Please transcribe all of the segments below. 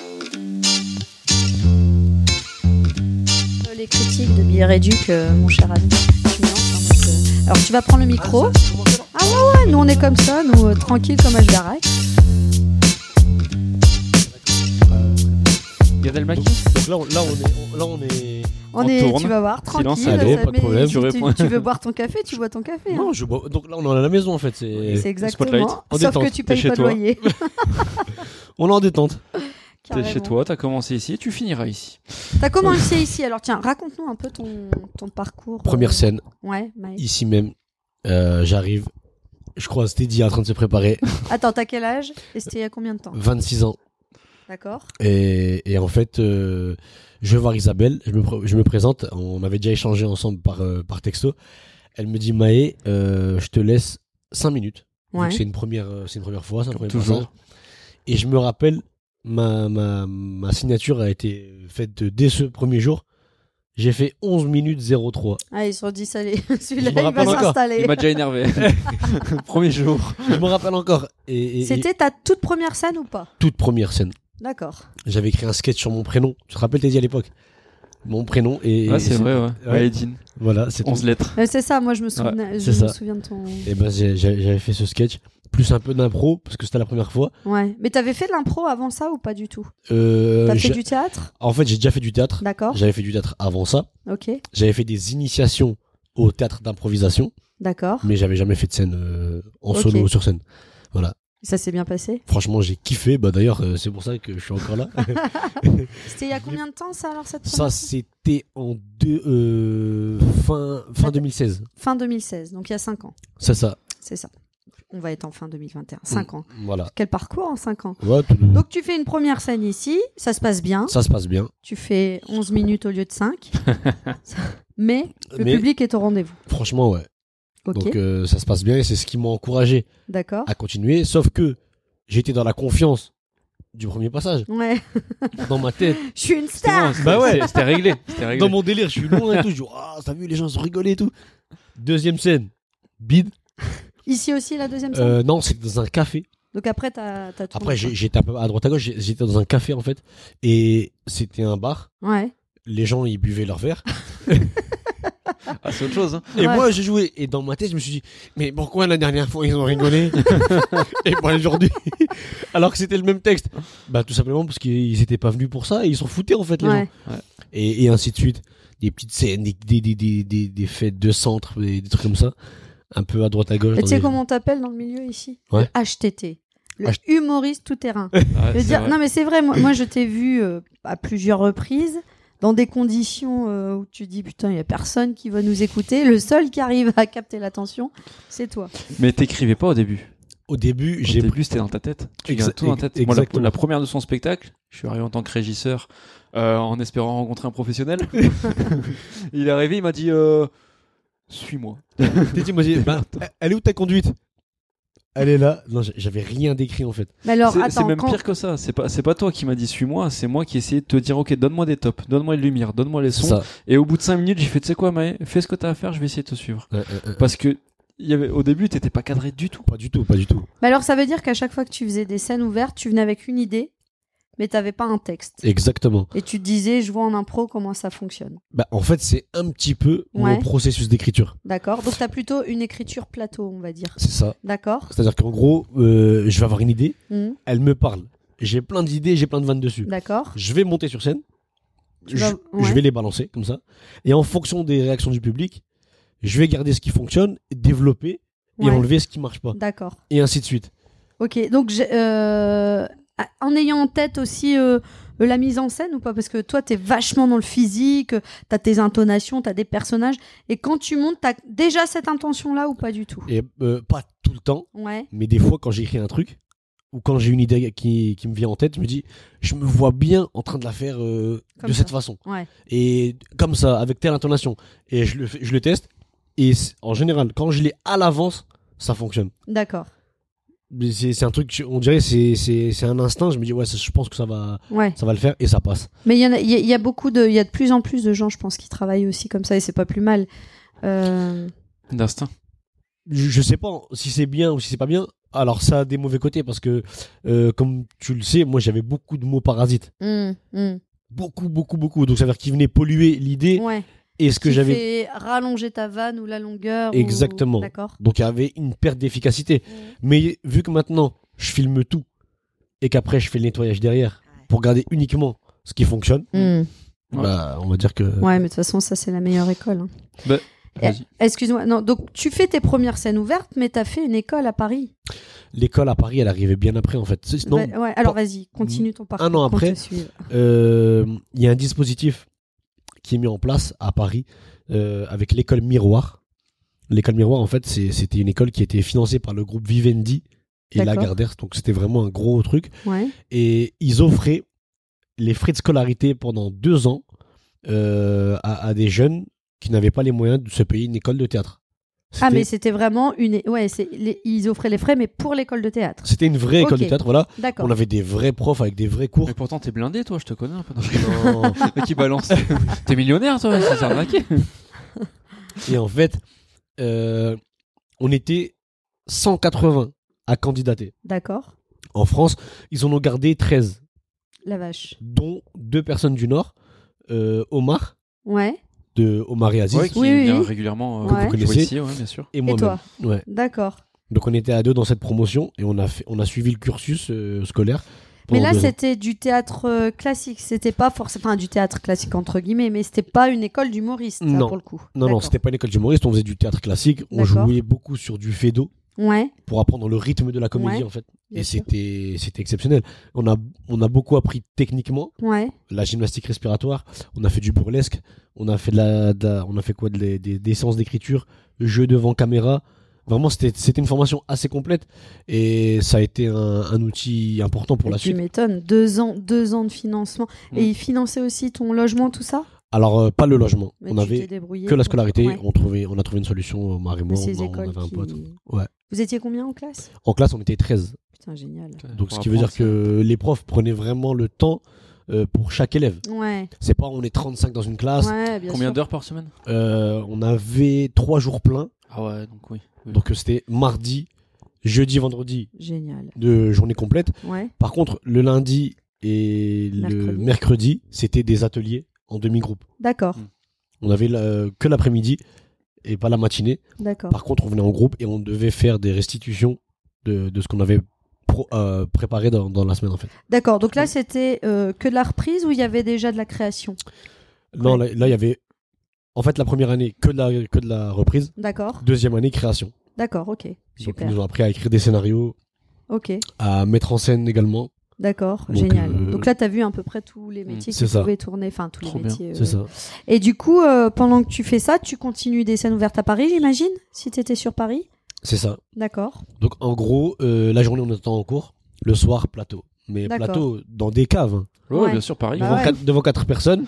Euh, Les critiques de Billet Réduc, euh, mon cher ami. Tu me lances, hein, parce que- Alors tu vas prendre le micro. Ah ouais ouais, nous on est comme ça, nous euh, tranquilles comme Ashbarak. Gad Elmaleh Donc là, on, là, on est, on- là, on est. On, On est, tourne. tu vas voir, tranquille. Silence, allez, ça pas de met- problème. Tu, Je tu- réponds. tu veux boire ton café, tu bois ton café. hein. Non, je bois- Donc là, on est à la maison en fait. C'est. C'est Spotlight. exactement. En Sauf détente, que tu payes t'es chez pas de toi. loyer. On est en détente. T'es Carrément. chez toi, t'as commencé ici et tu finiras ici. T'as commencé ici, alors tiens, raconte-nous un peu ton, ton parcours. euh, Première scène, Ouais, Mike. ici même. Euh, J'arrive. Je croise Teddy en train de se préparer. Attends, t'as quel âge Et c'était il y a combien de Euh, temps 26 ans. D'accord Et, et en fait, euh, je vais voir Isabelle, je me, pr- je me présente, on avait déjà échangé ensemble par, euh, par texto. Elle me dit Maë, euh, je te laisse 5 minutes. Donc Ouais. C'est une, première, euh, c'est une première fois, c'est un premier toujours. passage. Et je me rappelle, ma, ma, ma signature a été faite dès ce premier jour. J'ai fait 11 minutes 03. Ah, ils se sont dit, ça les- Je me celui-là, il va rappelle encore. Il s'installer. m'a déjà énervé. Premier jour. Je me rappelle encore. Et, et- et C'était ta toute première scène ou pas toute première scène. D'accord. J'avais écrit un sketch sur mon prénom. Tu te rappelles, Teddy, à l'époque Mon prénom. Et, Ouais, c'est vrai, ouais. Ouais. Ouais, Edine. Voilà, c'est 11 lettres. Mais Euh, C'est ça, moi je me souviens, je c'est me ça. souviens de ton. Et ben j'ai- j'ai- j'avais fait ce sketch, plus un peu d'impro, parce que c'était la première fois. Ouais. Mais t'avais fait de l'impro avant ça ou pas du tout Euh, T'as fait j'ai- du théâtre En fait, j'ai déjà fait du théâtre. D'accord. J'avais fait du théâtre avant ça. Ok. J'avais fait des initiations au théâtre d'improvisation, D'accord. mais j'avais jamais fait de scène euh, en Ok. solo ou sur scène. Voilà. Ça s'est bien passé. Franchement, j'ai kiffé. Bah d'ailleurs, euh, c'est pour ça que je suis encore là. C'était il y a combien de temps ça alors cette ça, première c'était en deux, euh, fin fin 2016. Fin 2016, donc il y a 5 ans. C'est ça. C'est ça. On va être en fin 2021. 5 ans. Voilà. Quel parcours en 5 ans Ouais, tout- Donc tu fais une première scène ici, ça se passe bien. Ça se passe bien. Tu fais 11 minutes au lieu de 5. Mais le Mais- public est au rendez-vous. Franchement, ouais. Ok. Donc euh, ça se passe bien et c'est ce qui m'a encouragé. D'accord. à continuer, sauf que j'étais dans la confiance du premier passage, Ouais. dans ma tête, Je suis une C'était star. bon, Bah ouais. c'était- C'était réglé. C'était réglé. dans mon délire, je suis loin et tout, je dis, ah, t'as vu, les gens se rigolaient et tout. Deuxième scène, bide. Ici aussi la deuxième scène. Euh, non, c'était dans un café. Donc après t'as t'as tourné. Après, j'ai- j'étais un peu à droite à gauche, j'ai- j'étais dans un café en fait, et c'était un bar. Ouais. Les gens, ils buvaient leur verre. Ah, c'est autre chose. hein. Et Ouais. moi, j'ai joué. Et dans ma tête, je me suis dit, mais pourquoi la dernière fois, ils ont rigolé Et moi, aujourd'hui, alors que c'était le même texte. Bah, tout simplement parce qu'ils étaient pas venus pour ça et ils s'en foutaient en fait, les gens. Ouais. et, et ainsi de suite. Des petites scènes, des, des, des, des, des- des fêtes de centre, des, des trucs comme ça, un peu à droite à gauche. Et tu dans sais les- comment on t'appelle dans le milieu ici Mmh, Ouais. Le HTT. Le H- humoriste tout terrain. Je Ah, veux c'est dire, vrai. non mais c'est vrai, moi, moi, je t'ai vu euh, à plusieurs reprises dans des conditions euh, où tu dis putain, il n'y a personne qui va nous écouter. Le seul qui arrive à capter l'attention, c'est toi. Mais t'écrivais pas au début. Au début, Au j'ai début, c'était dans ta tête. Tu Exa- gardes tout dans ta tête. Moi, la- exactement. la, première de son spectacle, je suis arrivé en tant que régisseur euh, en espérant rencontrer un professionnel. il est arrivé, il m'a dit euh, Suis-moi. T'es dit, moi, j'ai- bah, elle est où ta conduite Elle est là. Non, j'ai- j'avais rien décrit en fait. Mais alors, C'est c'est attends, même quand- pire que ça. C'est pas, c'est pas toi qui m'a dit Suis-moi, c'est moi qui essayais de te dire Ok, donne-moi des tops, donne-moi les lumières, donne-moi les sons. Ça. Et au bout de 5 minutes, j'ai fait Tu sais quoi, Maë, fais ce que t'as à faire, je vais essayer de te suivre. Euh, euh, euh, Parce que il y avait, au début, t'étais pas cadré du tout. pas du tout, pas du tout. mais alors ça veut dire qu'à chaque fois que tu faisais des scènes ouvertes, tu venais avec une idée, mais t'avais pas un texte. Exactement. Et tu te disais, je vois en impro comment ça fonctionne. Bah, en fait, c'est un petit peu Ouais. mon processus d'écriture. D'accord Donc t'as plutôt une écriture plateau, on va dire. C'est ça. D'accord C'est-à-dire qu'en gros, euh, je vais avoir une idée, Mhm. elle me parle. J'ai plein d'idées, j'ai plein de vannes dessus. D'accord Je vais monter sur scène. Tu je, vas- ouais. je vais les balancer comme ça. Et en fonction des réactions du public, je vais garder ce qui fonctionne, développer et Ouais. enlever ce qui marche pas. D'accord. Et ainsi de suite. Ok, donc j'ai, euh, en ayant en tête aussi euh, la mise en scène ou pas Parce que toi, t'es vachement dans le physique, euh, t'as tes intonations, t'as des personnages. Et quand tu montes, t'as déjà cette intention-là ou pas du tout Et euh, pas tout le temps, Ouais, mais des fois quand j'écris un truc ou quand j'ai une idée qui, qui me vient en tête, je me dis, je me vois bien en train de la faire euh, Comme de ça. cette façon. ouais. Et comme ça, avec telle intonation. Et je le, fais- je le teste. Et c- en général, quand je l'ai à l'avance, ça fonctionne. D'accord. Mais C'est c'est un truc, on dirait, c'est- c'est c'est un instinct. Je me dis, ouais, ça- je pense que ça va, Ouais. ça va le faire et ça passe. Mais il y, en a- il y a- il y a beaucoup de, il y a de plus en plus de gens, je pense, qui travaillent aussi comme ça et c'est pas plus mal. Euh, D'instinct. je, je sais pas si c'est bien ou si c'est pas bien. Alors ça a des mauvais côtés parce que, euh, comme tu le sais, moi j'avais beaucoup de mots parasites. Hum, hum. Beaucoup, beaucoup, beaucoup. Donc ça veut dire qu'ils venaient polluer l'idée Ouais. et ce que Qui j'avais... fait rallonger ta vanne ou la longueur. ou- Exactement. D'accord. Donc il y avait une perte d'efficacité. Mm. Mais vu que maintenant je filme tout et qu'après je fais le nettoyage derrière pour garder uniquement ce qui fonctionne, Hum. Ouais. bah on va dire que... Ouais, mais de toute façon, ça, c'est la meilleure école. hein. Eh. Vas-y. Excuse-moi. Non, donc, tu fais tes premières scènes ouvertes, mais t'as fait une école à Paris. L'école à Paris, elle arrivait bien après en fait. C'est- Non, Ouais, ouais, alors, vas-y, continue ton parcours. Un an qu'on te après, suive. euh, il y a un dispositif qui est mis en place à Paris euh, avec l'école Miroir. L'école Miroir, en fait, c'est- c'était une école qui était financée par le groupe Vivendi et D'accord. Lagardère. Donc c'était vraiment un gros truc. Ouais. Ah, Et ils offraient les frais de scolarité pendant deux ans euh, à, à des jeunes qui n'avaient pas les moyens de se payer une école de théâtre. Ah, mais C'était- c'était vraiment une. Ouais, c'est les- ils offraient les frais, mais pour l'école de théâtre. C'était une vraie école Ok. de théâtre, voilà. D'accord. On avait des vrais profs avec des vrais cours. Mais pourtant, t'es blindé, toi, je te connais un peu. Non. Et qui balance. t'es millionnaire, toi, c'est arnaqué. Et en fait, euh, on était 180 à candidater. D'accord. En France, ils en ont gardé 13, La vache. dont deux personnes du Nord, euh, Omar, Ouais. de Omar et Aziz, Ouais, qui Oui, oui, vient oui. régulièrement euh, Que vous jouer connaissez. ici, ouais, bien sûr. et Et moi-même. toi Ouais. D'accord. Donc on était à deux dans cette promotion et on a, fait, on a suivi le cursus euh, scolaire. Mais pendant là, deux ans. c'était du théâtre euh, classique. C'était pas forcément. Enfin, du théâtre classique, entre guillemets, mais c'était pas une école d'humoriste, là, Non. pour le coup. Non, non, D'accord. c'était pas une école d'humoriste, on faisait du théâtre classique, on D'accord. jouait beaucoup sur du fédo Ouais. pour apprendre le rythme de la comédie Ouais, en fait. bien Et sûr. c'était c'était exceptionnel. On a, on a beaucoup appris techniquement, Ouais. la gymnastique respiratoire, on a fait du burlesque, on a fait de la, de la- on a fait quoi de les- des, des séances d'écriture, jeu devant caméra. Vraiment, c'était c'était une formation assez complète et ça a été un, un outil important pour Mais la tu suite. m'étonnes. Deux ans, deux ans de financement. Mm. Et ils finançaient aussi ton logement, tout ça Alors euh, pas le logement, Mais on Bah, tu avait t'es débrouillé que la pour- scolarité, Ouais. on trouvait, on a trouvé une solution au mari et Mais moi, ces on, on écoles avait un qui- pote. Ouais. Vous étiez combien en classe En classe, on était 13. Putain, génial. Donc ce Pour qui veut dire apprendre, que les profs prenaient vraiment le temps euh, pour chaque élève. Ouais. C'est pas on est 35 dans une classe, ouais bien Combien sûr. d'heures par semaine euh, on avait trois jours pleins. Ah ouais, donc oui. oui. Donc euh, c'était mardi, jeudi, vendredi Génial. de journée complète. Ouais. Par contre, le lundi et le Mercredi. mercredi, c'était des ateliers en demi-groupe. D'accord. Mm. On avait la- que l'après-midi et pas la matinée. D'accord. Par contre, on venait en groupe et on devait faire des restitutions de, de ce qu'on avait pro- euh, préparé dans, dans la semaine en fait. D'accord. Donc là, c'était euh, que de la reprise ou il y avait déjà de la création Non, Ouais. là, là, il y avait en fait la première année que de la, que de la reprise, D'accord. deuxième année création. D'accord. Ok. Donc Super. ils nous ont appris à écrire des scénarios, Ok. à mettre en scène également. D'accord. Donc, Génial. euh, Donc là, t'as vu à peu près tous les métiers c'est qui ça. pouvaient tourner. Enfin, tous Trop les bien, métiers. euh. C'est ça. Et du coup, euh, pendant que tu fais ça, tu continues des scènes ouvertes à Paris, j'imagine Si t'étais sur Paris C'est ça. D'accord. Donc en gros, euh, la journée on attend en cours, le soir plateau. Mais D'accord. plateau dans des caves, hein. Ouais, Ouais. bien sûr, Paris. Bah devant, ouais. quatre, devant quatre personnes.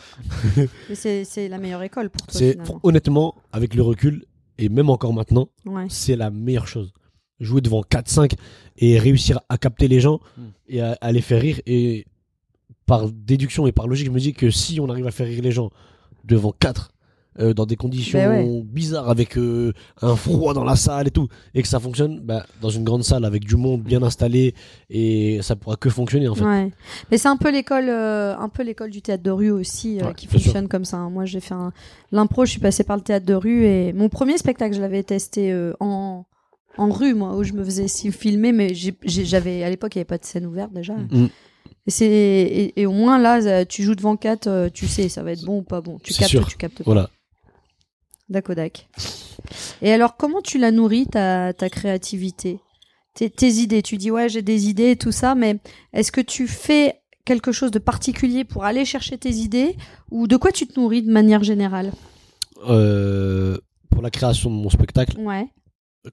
Mais c'est c'est la meilleure école pour toi, C'est finalement. honnêtement, avec le recul, et même encore maintenant, Ouais. c'est la meilleure chose. Jouer devant 4-5 et réussir à capter les gens Mm. et à, à les faire rire. Et par déduction et par logique, je me dis que si on arrive à faire rire les gens devant 4, euh, dans des conditions Ben ouais. bizarres, avec euh, un froid dans la salle et tout, et que ça fonctionne, bah, dans une grande salle avec du monde bien installé, et ça pourra que fonctionner en fait. Ouais. Mais c'est un peu l'école, euh, un peu l'école du théâtre de rue aussi euh, Ouais, qui bien sûr. fonctionne comme ça. hein. Moi, j'ai fait un... l'impro, je suis passée par le théâtre de rue et mon premier spectacle, je l'avais testé euh, en en rue, moi, où je me faisais si- filmer, mais j'ai- j'ai- j'avais à l'époque, il n'y avait pas de scène ouverte déjà. Mm. Et, c'est- et, et au moins là, ça- tu joues devant 4, tu sais, ça va être bon ou pas bon. Tu C'est captes, sûr. tu captes pas. Voilà. Dakodak. Et alors, comment tu la nourris, ta, ta créativité tes, tes idées Tu dis, ouais, j'ai des idées et tout ça, mais est-ce que tu fais quelque chose de particulier pour aller chercher tes idées Ou de quoi tu te nourris de manière générale Euh, pour la création de mon spectacle, Ouais,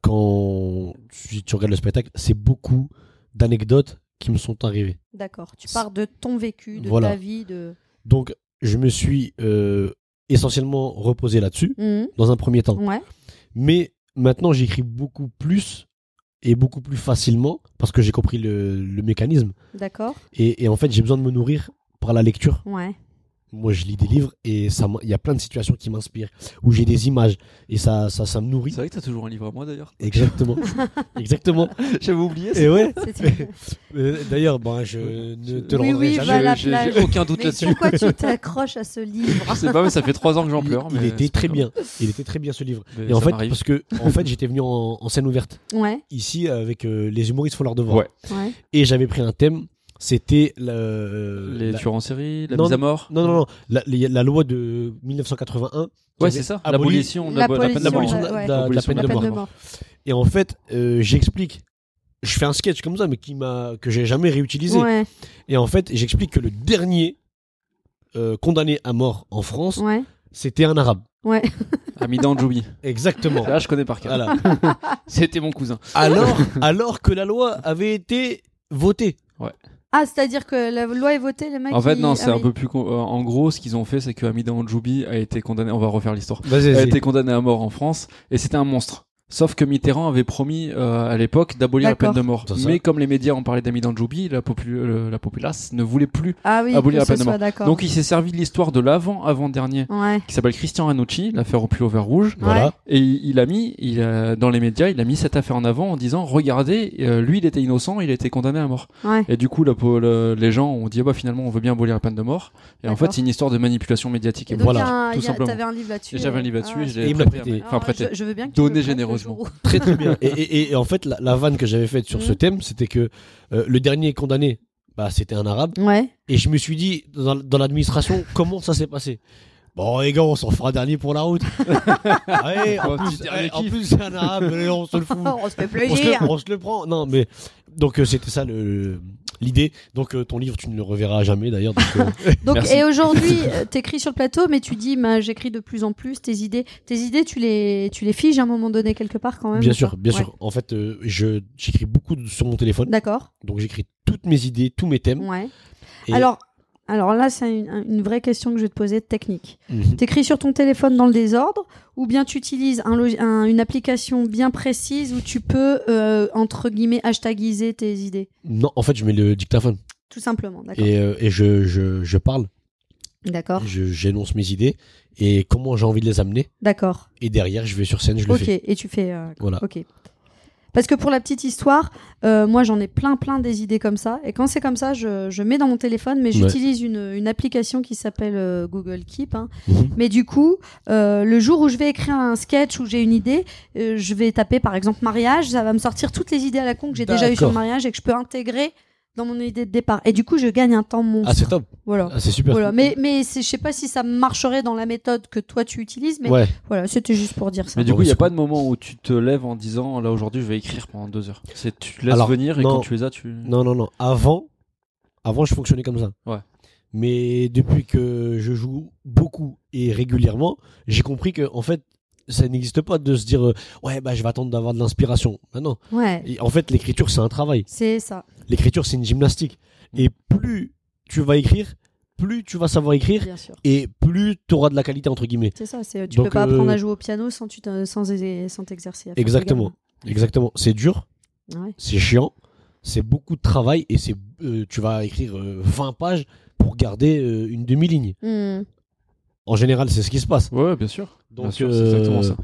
quand tu, tu regardes le spectacle, c'est beaucoup d'anecdotes qui me sont arrivées. d'accord. Tu pars de ton vécu, de Voilà. ta vie, de... Donc, je me suis euh, essentiellement reposé là-dessus, Mhm. dans un premier temps. Ouais, Mais maintenant, j'écris beaucoup plus et beaucoup plus facilement parce que j'ai compris le, le mécanisme. d'accord. Et, et en fait, j'ai besoin de me nourrir par la lecture Ouais, Moi, je lis des livres et ça m'in- il y a plein de situations qui m'inspirent, où j'ai des images et ça, ça, ça me C'est nourrit. vrai que t'as toujours un livre à moi d'ailleurs. Exactement. Exactement. J'avais oublié. ça. Et ouais. C'était- Euh, D'ailleurs, ben, je ne te le Oui, rendrai oui, jamais. va à la J'ai- plage. J'ai aucun doute Mais là-dessus. pourquoi tu t'accroches à ce livre Je sais pas, mais ça fait trois ans que j'en Il- pleure. il, mais était c'est pas très grave. bien. Il était très bien ce livre. Mais et en ça fait, m'arrive. parce que en fait, j'étais venu en, en scène ouverte Ouais, ici avec euh, les humoristes font leur devoir. Ouais. ouais. Et j'avais pris un thème. C'était le- les la- tueurs en série, la Non, mise à mort. Non, non, non. La, les- la loi de 1981. qui Ouais, avait c'est ça. aboli L'abolition de la, bo- la peine de mort. l'abolition de, ouais, ouais. de- de la L'abolition peine de mort. Et en fait, euh, j'explique. Je fais un sketch comme ça, mais qui m'a que j'ai jamais réutilisé. Ouais, Et en fait, j'explique que le dernier euh, condamné à mort en France, ouais, c'était un arabe. ouais. Amidan Djoubi. Exactement. Là, je connais par cœur. Voilà. C'était mon cousin. alors, alors que la loi avait été votée. Ah, c'est-à-dire que la loi est votée, les mecs. En fait, ils- non, ah c'est un oui. peu plus. con- euh, En gros, ce qu'ils ont fait, c'est que Amidan Djoubi a été condamné. On va refaire l'histoire. Vas-y, a été condamné à mort en France et c'était un monstre. Sauf que Mitterrand avait promis euh, à l'époque d'abolir la D'accord. peine de mort. C'est ça. Mais comme les médias ont parlé d'Amidan Djoubi, la, popu- euh, la populace ne voulait plus. Ah oui, abolir que la peine ce de mort. soit d'accord. Donc il s'est servi de l'histoire de l'avant-avant-dernier Ouais. qui s'appelle Christian Annucci, l'affaire au pull-over rouge. Voilà. Ouais. Et il il a mis, il a- dans les médias, il a mis cette affaire en avant en disant Regardez, euh, lui il était innocent, il a été condamné à mort. Ouais. Et du coup, la po- le- les gens ont dit Ah bah finalement on veut bien abolir la peine de mort. Et en D'accord. fait, c'est une histoire de manipulation médiatique. Et Et donc, voilà, il y a un- tout il y a- simplement. T'avais un livre là-dessus. Et j'avais un livre là-dessus Ah, et je Et l'ai il me l'a prêté. à prêté. mes- ah, Enfin, prêté. Je, je veux bien que tu me Donner le prêtes le généreusement. jour où- Très très bien. Et, et- et en fait, la, la vanne que j'avais faite sur Mhm. ce thème, c'était que euh, le dernier condamné, bah, c'était un arabe. Ouais. Et je me suis dit, dans, dans l'administration, comment ça s'est passé Bon, les gars, on s'en fera un dernier pour la route. Ouais, en Oh, plus, petit dernier ouais, en kiff. plus, c'est un arabe, mais on se le fout. Oh, on se fait On se, plaisir. le, on se le prend. Non, mais. Donc, euh, c'était ça le- l'idée. Donc, euh, ton livre, tu ne le reverras jamais d'ailleurs. donc, euh, Donc, Merci. et aujourd'hui, euh, t'écris sur le plateau, mais tu dis, bah, j'écris de plus en plus tes idées. Tes idées, tu les, tu les figes à un moment donné quelque part quand même. bien ou sûr, pas bien Ouais. sûr. En fait, euh, je- j'écris beaucoup de- sur mon téléphone. D'accord. Donc, j'écris toutes mes idées, tous mes thèmes. Ouais. Et- Alors, alors là, c'est une, une vraie question que je vais te poser technique. Mhm. T'écris sur ton téléphone dans le désordre, ou bien tu utilises un log- un- une application bien précise où tu peux euh, entre guillemets hashtagiser tes idées, Non, en fait, je mets le dictaphone tout simplement. D'accord. Ah. et, euh, et je, je- je parle, D'accord. je- j'énonce mes idées et comment j'ai envie de les amener. D'accord. Et derrière, je vais sur scène, je le Ok. fais. Et tu fais. euh, Voilà. Ok. Parce que pour la petite histoire, euh, moi j'en ai plein plein des idées comme ça. Et quand c'est comme ça, je, je mets dans mon téléphone, mais Ouais. j'utilise une, une application qui s'appelle euh, Google Keep. hein. Mhm. Mais du coup, euh, le jour où je vais écrire un sketch où j'ai une idée, euh, je vais taper par exemple mariage, ça va me sortir toutes les idées à la con que j'ai déjà eues sur le D'accord. mariage et que je peux intégrer dans mon idée de départ. Et du coup, je gagne un temps monstre. Ah, c'est top. Voilà. Ah, c'est super. Voilà. Mais, mais c'est- je sais pas si ça marcherait dans la méthode que toi tu utilises, mais Ouais. voilà, c'était juste pour dire ça. Mais du bon, coup, il n'y a Ah, c'est pas de moment où tu te lèves en disant là aujourd'hui je vais écrire pendant deux heures. C'est tu te laisses Alors, venir et non. quand tu les as, tu. Non, non, non. Avant, avant, je fonctionnais comme ça. Ouais. Mais depuis que je joue beaucoup et régulièrement, j'ai compris que en fait, ça n'existe pas de se dire euh, ouais bah je vais attendre d'avoir de l'inspiration. Ben non. Ouais, Et en fait, l'écriture c'est un travail. c'est ça. L'écriture c'est une gymnastique. Et plus tu vas écrire, plus tu vas savoir écrire Bien sûr. et plus tu auras de la qualité entre guillemets. C'est ça, c'est, tu Donc, peux pas euh, apprendre à jouer au piano sans, tu t'en- sans, é- sans t'exercer. à faire Exactement. Exactement. C'est dur, des gammes. Ouais. c'est chiant, c'est beaucoup de travail et c'est euh, tu vas écrire euh, 20 pages pour garder euh, une demi-ligne. Hmm. En général, c'est ce qui se passe. Ouais, ouais, bien sûr. Donc, bien sûr, euh, c'est exactement ça.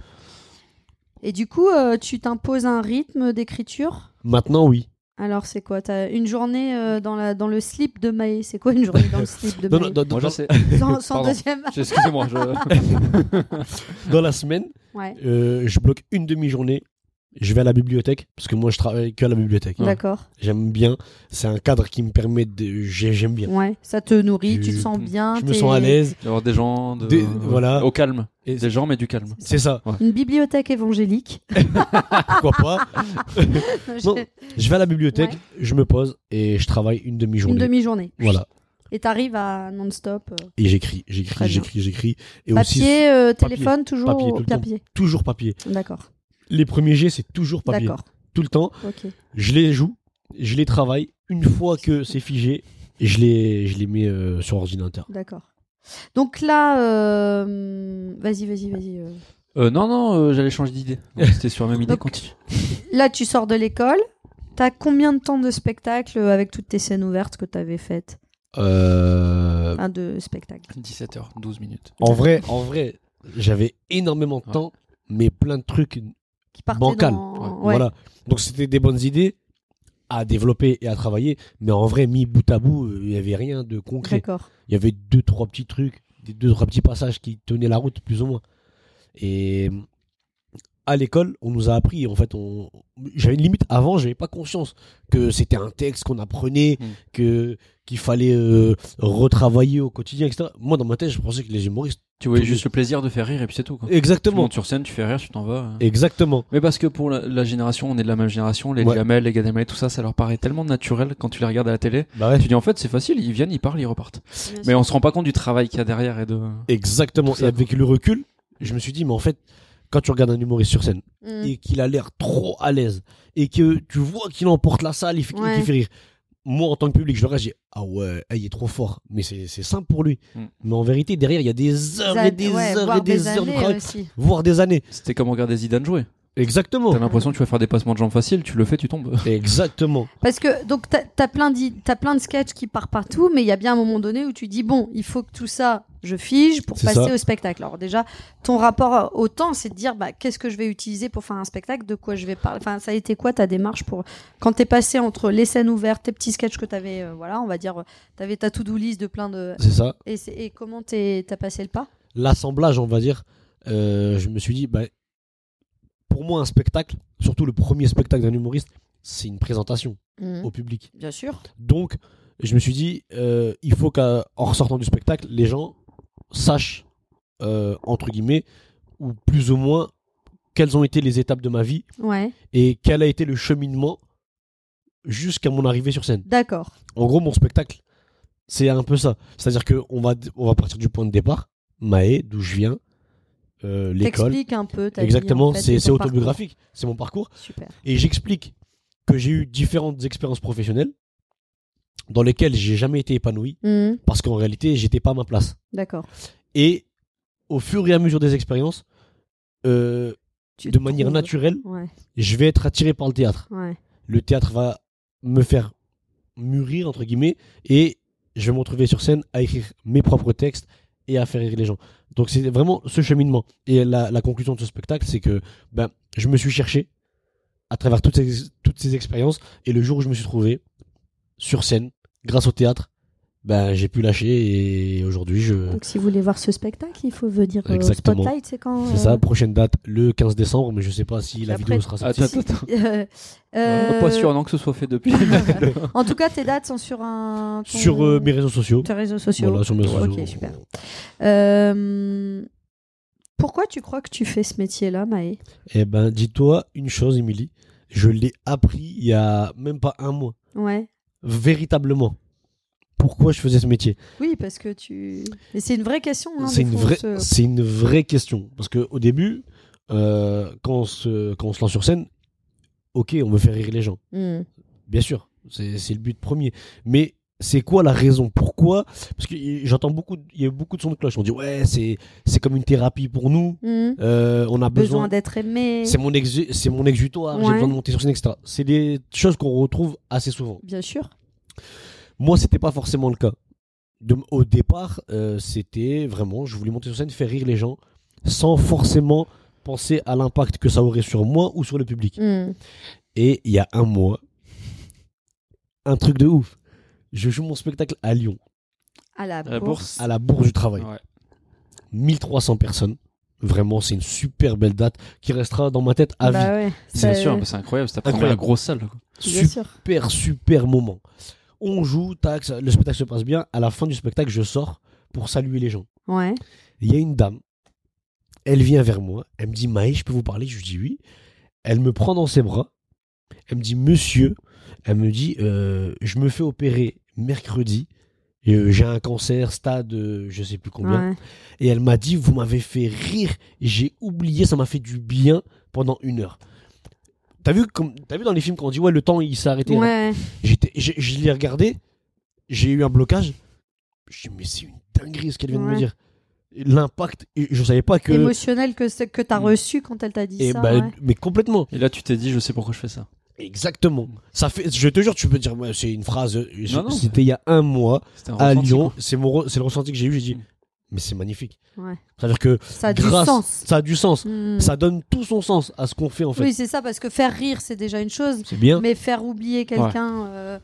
Et du coup, euh, tu t'imposes un rythme d'écriture Maintenant, oui. alors c'est quoi T'as une journée euh, dans, la, dans le slip de Maé C'est quoi une journée dans le slip de Dans, Maé dans- Moi, je dans- sais. Sans, sans Pardon. deuxième Excusez-moi. je- dans la semaine, Ouais, euh, je bloque une demi-journée. Je vais à la bibliothèque parce que moi, je travaille qu'à la bibliothèque. d'accord. J'aime bien. C'est un cadre qui me permet de. j'ai- J'aime bien. Ouais, ça te nourrit, Je- tu te sens bien. Je t'es- me sens à l'aise. D'avoir des gens. De... Des- voilà. Au calme. Et- Des gens, mais du calme. C'est ça. Une bibliothèque évangélique. Pourquoi pas Non, J'ai- Je vais à la bibliothèque, je me pose et je travaille une une demi-journée. demi-journée. Voilà. Et t'arrives à non-stop. euh, Et j'écris, Très j'écris, bien. j'écris, j'écris. Et aussi, Papier, euh, papier. téléphone, toujours Papier, au- tout le temps. toujours papier. D'accord. Les premiers jets, c'est toujours papier. D'accord. Tout le temps. Ok. je les joue, je les travaille. Une fois que c'est figé, je les, je les mets euh, sur ordinateur. D'accord. Donc là, euh, vas-y, vas-y, vas-y. euh. Euh, non, non, euh, j'allais changer d'idée. Donc, C'était sur la même idée. Donc- Continue. Là, tu sors de l'école. T'as combien de temps de spectacle avec toutes tes scènes ouvertes que t'avais faites Euh, Enfin, de spectacle. 17h, 12 minutes. en vrai, en vrai, j'avais énormément de Ouais. temps, mais plein de trucs. Qui partait Bancal. dans- Ouais, ouais. Voilà. Donc c'était des bonnes idées à développer et à travailler, mais en vrai, mis bout à bout, euh, il n'y avait rien de concret. D'accord. Il y avait deux, trois petits trucs, des deux, trois petits passages qui tenaient la route, plus ou moins. Et à l'école, on nous a appris, en fait, on... j'avais une limite, avant, j'avais pas conscience que c'était un texte qu'on apprenait, Mm. que qu'il fallait euh, retravailler au quotidien, etc. Moi, dans ma tête, je pensais que les humoristes... Tu voyais Tout- juste le plaisir de faire rire et puis c'est tout. Quoi. Tu Exactement, montes sur scène, tu fais rire, tu t'en vas. hein. exactement. Mais parce que pour la, la génération, on est de la même génération, les Ouais. Jamel, les Gad Elmaleh, tout ça, ça leur paraît tellement naturel quand tu les regardes à la télé. Bah ouais. Tu dis en fait, c'est facile, ils viennent, ils parlent, ils repartent. Bien Mais sûr. on se rend pas compte du travail qu'il y a derrière et de. Exactement. Tout ça, Et avec le recul, je me suis dit, mais en fait, quand tu regardes un humoriste sur scène Mm. et qu'il a l'air trop à l'aise et que tu vois qu'il emporte la salle, il fait, Ouais. qu'il fait rire. Moi, en tant que public, je le regarde, je dis, ah ouais, eh, il est trop fort. Mais c'est c'est simple pour lui. Mm. Mais en vérité, derrière, il y a des heures et des Ouais, heures voire et des, heures de années travail, aussi. voire des années. C'était comme regarder Zidane jouer. Exactement. T'as l'impression que tu vas faire des passements de jambes faciles, tu le fais, tu tombes. Exactement. Parce que donc t'as as plein d'i- t'as plein de sketchs qui partent partout, mais il y a bien un moment donné où tu dis bon, il faut que tout ça je fige pour C'est passer ça. au spectacle. Alors déjà, ton rapport au temps, c'est de dire bah qu'est-ce que je vais utiliser pour faire un spectacle, de quoi je vais parler. Enfin, ça a été quoi ta démarche pour quand t'es passé entre les scènes ouvertes, tes petits sketchs que t'avais, euh, voilà, on va dire, euh, t'avais ta to-do list de plein de C'est ça. et, c'est- et comment t'es- t'as passé le pas l'assemblage, on va dire, euh, je me suis dit, bah, pour moi, un spectacle, surtout le premier spectacle d'un humoriste, c'est une présentation Mhm. au public. Bien sûr. Donc, je me suis dit, euh, il faut qu'en ressortant du spectacle, les gens sachent, euh, entre guillemets, ou plus ou moins, quelles ont été les étapes de ma vie Ouais. et quel a été le cheminement jusqu'à mon arrivée sur scène. D'accord. En gros, mon spectacle, c'est un peu ça. C'est-à-dire qu'on va, on va partir du point de départ, Maé, d'où je viens, euh, l'école. T'expliques un peu. ta vie, Exactement, en fait, et c'est ton c'est autobiographique, c'est mon parcours. parcours. Super. Et j'explique que j'ai eu différentes expériences professionnelles dans lesquelles j'ai jamais été épanoui Mhm. parce qu'en réalité, j'étais pas à ma place. D'accord. Et au fur et à mesure des expériences, euh, Tu de manière trouves- naturelle, Ouais. je vais être attiré par le théâtre. Ouais. Le théâtre va me faire mûrir, entre guillemets, et je vais me retrouver sur scène à écrire mes propres textes et à faire rire les gens. Donc c'est vraiment ce cheminement. Et la, la conclusion de ce spectacle, c'est que ben, je me suis cherché à travers toutes ces, toutes ces expériences, et le jour où je me suis trouvé sur scène, grâce au théâtre, ben, j'ai pu lâcher, et aujourd'hui, je... Donc si vous voulez voir ce spectacle, il faut venir euh, au Euh, Exactement. Spotlight, c'est quand euh, C'est ça, Bah, prochaine date, le 15 décembre, mais je sais pas si la Après- vidéo sera sortie. Attends, attends, attends. euh, euh, Pas sûr non que ce soit fait depuis. En tout cas, tes dates sont sur un ton- Sur euh, mes réseaux sociaux. tes réseaux sociaux. Voilà, sur mes réseaux ok, sociaux. super. Euh, Pourquoi tu crois que tu fais ce métier-là, Maë Eh ben, dis-toi une chose, Émilie. Je l'ai appris il y a même pas un mois. Ouais. Véritablement. Pourquoi je faisais ce métier Oui, parce que tu. Mais c'est une vraie question. hein, C'est des une, fois, vraie- ce- Ah, c'est une vraie question. Parce qu'au début, euh, quand, on se, quand on se lance sur scène, ok, on veut faire rire les gens. Hmm. Bien sûr, c'est c'est le but premier. Mais c'est quoi la raison Pourquoi Parce que y- j'entends beaucoup, de- il y a eu beaucoup de sons de cloche. On dit, ouais, c'est c'est comme une thérapie pour nous. Hmm. Euh, on Besoin a besoin d'être aimé. C'est mon, exu- c'est mon exutoire, Ouais. j'ai besoin de monter sur scène, etc. C'est des choses qu'on retrouve assez souvent. Bien sûr. Moi, c'était pas forcément le cas. De- au départ, euh, c'était vraiment, je voulais monter sur scène, faire rire les gens, sans forcément penser à l'impact que ça aurait sur moi ou sur le public. Hmm. Et il y a un mois, un truc de ouf. Je joue mon spectacle à Lyon, À la, La bourse. à la Bourse du Travail. Ouais. 1300 personnes. Vraiment, c'est une super belle date qui restera dans ma tête à Bah vie. ouais, ça- C'est sûr, bah, c'est incroyable. C'est après la Incroyable. grosse salle. quoi. Bien sûr. super super moment. On joue, tac, ça- le spectacle se passe bien. À la fin du spectacle, je sors pour saluer les gens. Ouais. Il y a une dame. Elle vient vers moi. Elle me dit Maë, je peux vous parler Je lui dis oui. Elle me prend dans ses bras. Elle me dit Monsieur. Elle me dit Euh, Je me fais opérer mercredi. Et, euh, J'ai un cancer stade, euh, je sais plus combien. ouais. Et elle m'a dit Vous m'avez fait rire. J'ai oublié, ça m'a fait du bien pendant une heure. T'as vu, comme, t'as vu dans les films quand on dit Ouais, le temps il s'est arrêté. hein. là Ouais. J'étais, j'ai- je l'ai regardé, j'ai eu un blocage. Je me suis dit, mais c'est une dinguerie ce qu'elle vient de Ouais. me dire. Et L'impact, et je savais pas que. émotionnel que ce que t'as Mm. reçu quand elle t'a dit et ça. bah, ouais. Mais complètement. Et là, tu t'es dit, je sais pourquoi je fais ça. Exactement. Ça fait, je te jure, tu peux dire, ouais, c'est une phrase. euh, je- Non, non. C'était il y a un mois C'était un à ressenti, Lyon. quoi. C'est mon, re- c'est le ressenti que j'ai eu. J'ai dit, Mm. mais c'est magnifique. Ouais. C'est-à-dire que Ça a grâce, du sens. ça a du sens. Mm. Ça donne tout son sens à ce qu'on fait en fait. Oui, c'est ça, parce que faire rire, c'est déjà une chose, C'est bien. mais faire oublier quelqu'un euh,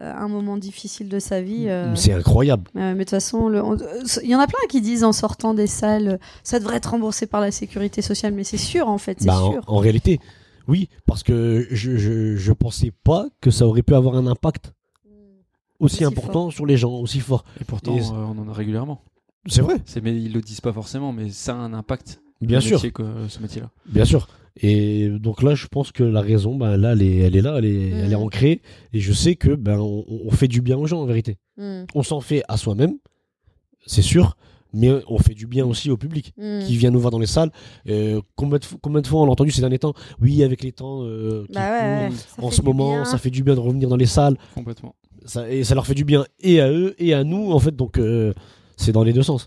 euh, un moment difficile de sa vie. euh, Mm. C'est incroyable. Euh, mais de toute façon, le- on- euh, il y en a plein qui disent en sortant des salles, euh, ça devrait être remboursé par la sécurité sociale, mais c'est sûr en fait, c'est Bah, en, sûr. en réalité, oui, parce que je, je, je pensais pas que ça aurait pu avoir un impact aussi, Mm. Aussi important sur les gens, aussi fort. Et pourtant, Et- euh, on en a régulièrement. C'est vrai. C'est- Mais ils le disent pas forcément, mais ça a un impact. Bien le sûr. métier que, euh, ce métier-là. Bien sûr. Et donc là, je pense que la raison, ben là, elle est, elle est là, elle est, Mhm. elle est ancrée. Et je sais que ben on, on fait du bien aux gens en vérité. Mm, On s'en fait à soi-même, c'est sûr, mais on fait du bien aussi au public mm. qui vient nous voir dans les salles. Euh, combien, de, fo- combien de fois on l'a entendu ces derniers temps Oui, avec les temps euh, qui Bah ouais, ouais, courent, ça en fait ce du moment, bien. ça fait du bien de revenir dans les salles. Complètement. Ça, et ça leur fait du bien et à eux et à nous en fait. Donc euh, c'est dans les deux sens.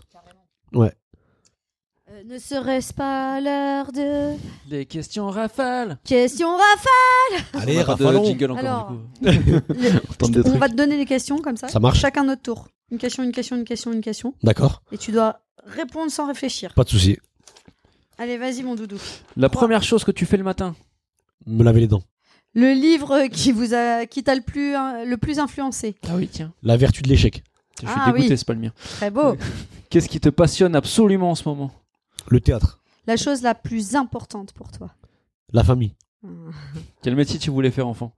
Euh, Ne serait-ce pas l'heure de Les questions rafales. questions Rafa Allez, on a Ah, pas de rafalons. jingle encore. Alors, du coup. Le- On tente des On trucs. va te donner les questions comme ça. Ça marche. Chacun notre tour. Une question, une question, une question, une question. D'accord. Et tu dois répondre sans réfléchir. Pas de souci. Allez, vas-y mon doudou. La première chose que tu fais le matin. Me laver les dents. Le livre qui vous a, qui t'a le plus, hein, le plus influencé. Ah oui, tiens. La vertu de l'échec. Je suis Ah dégoûté, oui. c'est pas le mien. Très beau. Qu'est-ce qui te passionne absolument en ce moment Le théâtre. La chose la plus importante pour toi. La famille. Hum. Quel métier tu voulais faire enfant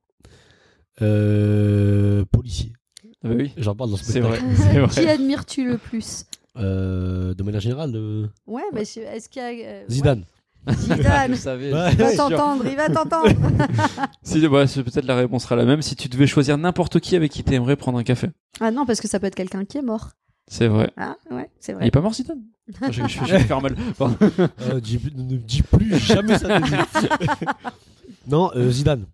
Euh, policier. Ah bah oui, J'en parle dans ce c'est spectacle. vrai. c'est Qui vrai. admires-tu le plus Euh, de manière générale, euh, Ouais, mais je- est-ce qu'il y a. euh, Zidane. ouais, Ah, je Zidane le savais. Ouais. Il va c'est sûr. t'entendre, il va t'entendre Si, bah, c'est- peut-être la réponse sera la même. Si tu devais choisir n'importe qui avec qui tu aimerais prendre un café. Ah non, parce que ça peut être quelqu'un qui est mort. C'est vrai. Ah ouais, c'est Il est vrai. pas mort, Zidane Je- Je je vais faire mal. Pardon. Euh, dis- ne dis plus jamais ça. de lui. non, euh, Zidane.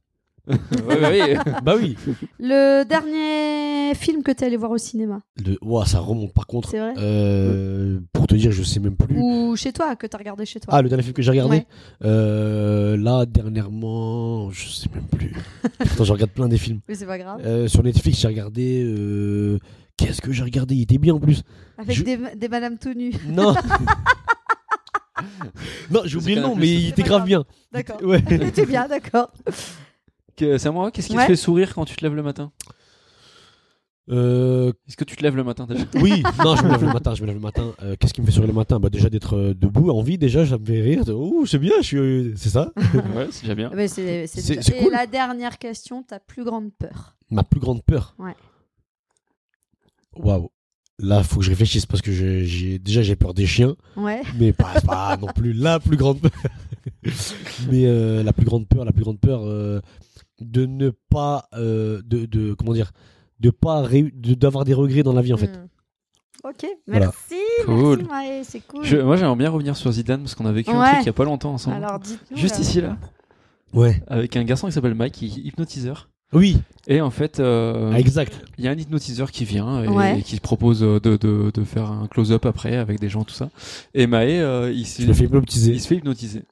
Ouais, bah oui. Bah oui. Le dernier film que t'es allé voir au cinéma Le, ouah, ça remonte par contre. C'est vrai Euh, pour te dire, je sais même plus. Ou chez toi, que t'as regardé chez toi Ah, le dernier film que j'ai regardé Ouais. Euh, Là, dernièrement, je sais même plus. Attends, je regarde plein des films. Mais c'est pas grave. Euh, sur Netflix, j'ai regardé. euh, Qu'est-ce que j'ai regardé Il était bien en plus. Avec Euh, je- des, des madames tout nues. Non. non, j'ai oublié le Canal+. nom, mais il était grave bien. D'accord. Ouais. T'es bien, d'accord. Que- C'est à moi. Qu'est-ce qui Ouais. te fait sourire quand tu te lèves le matin Euh, Est-ce que tu te lèves le matin déjà oui, non, je me lève le matin, je me lève le matin. Euh, Qu'est-ce qui me fait sourire le matin Bah déjà d'être euh, debout, en vie déjà, ça me fait rire. Oh, c'est bien, je suis, euh, c'est ça. Ouais, c'est déjà bien. Mais c'est, c'est C'est- déjà- c'est Et cool. la dernière question, ta plus grande peur Ma plus grande peur. Ouais. Waouh. Là, faut que je réfléchisse parce que je- j'ai déjà j'ai peur des chiens, Ouais. mais pas, pas non plus la plus grande peur. mais euh, la plus grande peur, la plus grande peur euh, de ne pas, euh, de, de comment dire, de pas ré- de- d'avoir des regrets dans la vie en fait. Hmm. Ok, Voilà. merci. Cool. Merci, Maë, c'est cool. Je- moi, j'aimerais bien revenir sur Zidane parce qu'on a vécu un Ouais. truc il y a pas longtemps ensemble. Alors dites-nous. euh, Juste là. ici, là, Mm. Ouais. avec un garçon qui s'appelle Mike, qui est hypnotiseur. Oui, Et en fait, euh, ah, exact. il y a un hypnotiseur qui vient et, Ouais. et qui propose euh, de, de- de faire un close-up après avec des gens, tout ça. Et Maé, euh, il, se- Je me fais hypnotiser. il se fait hypnotiser.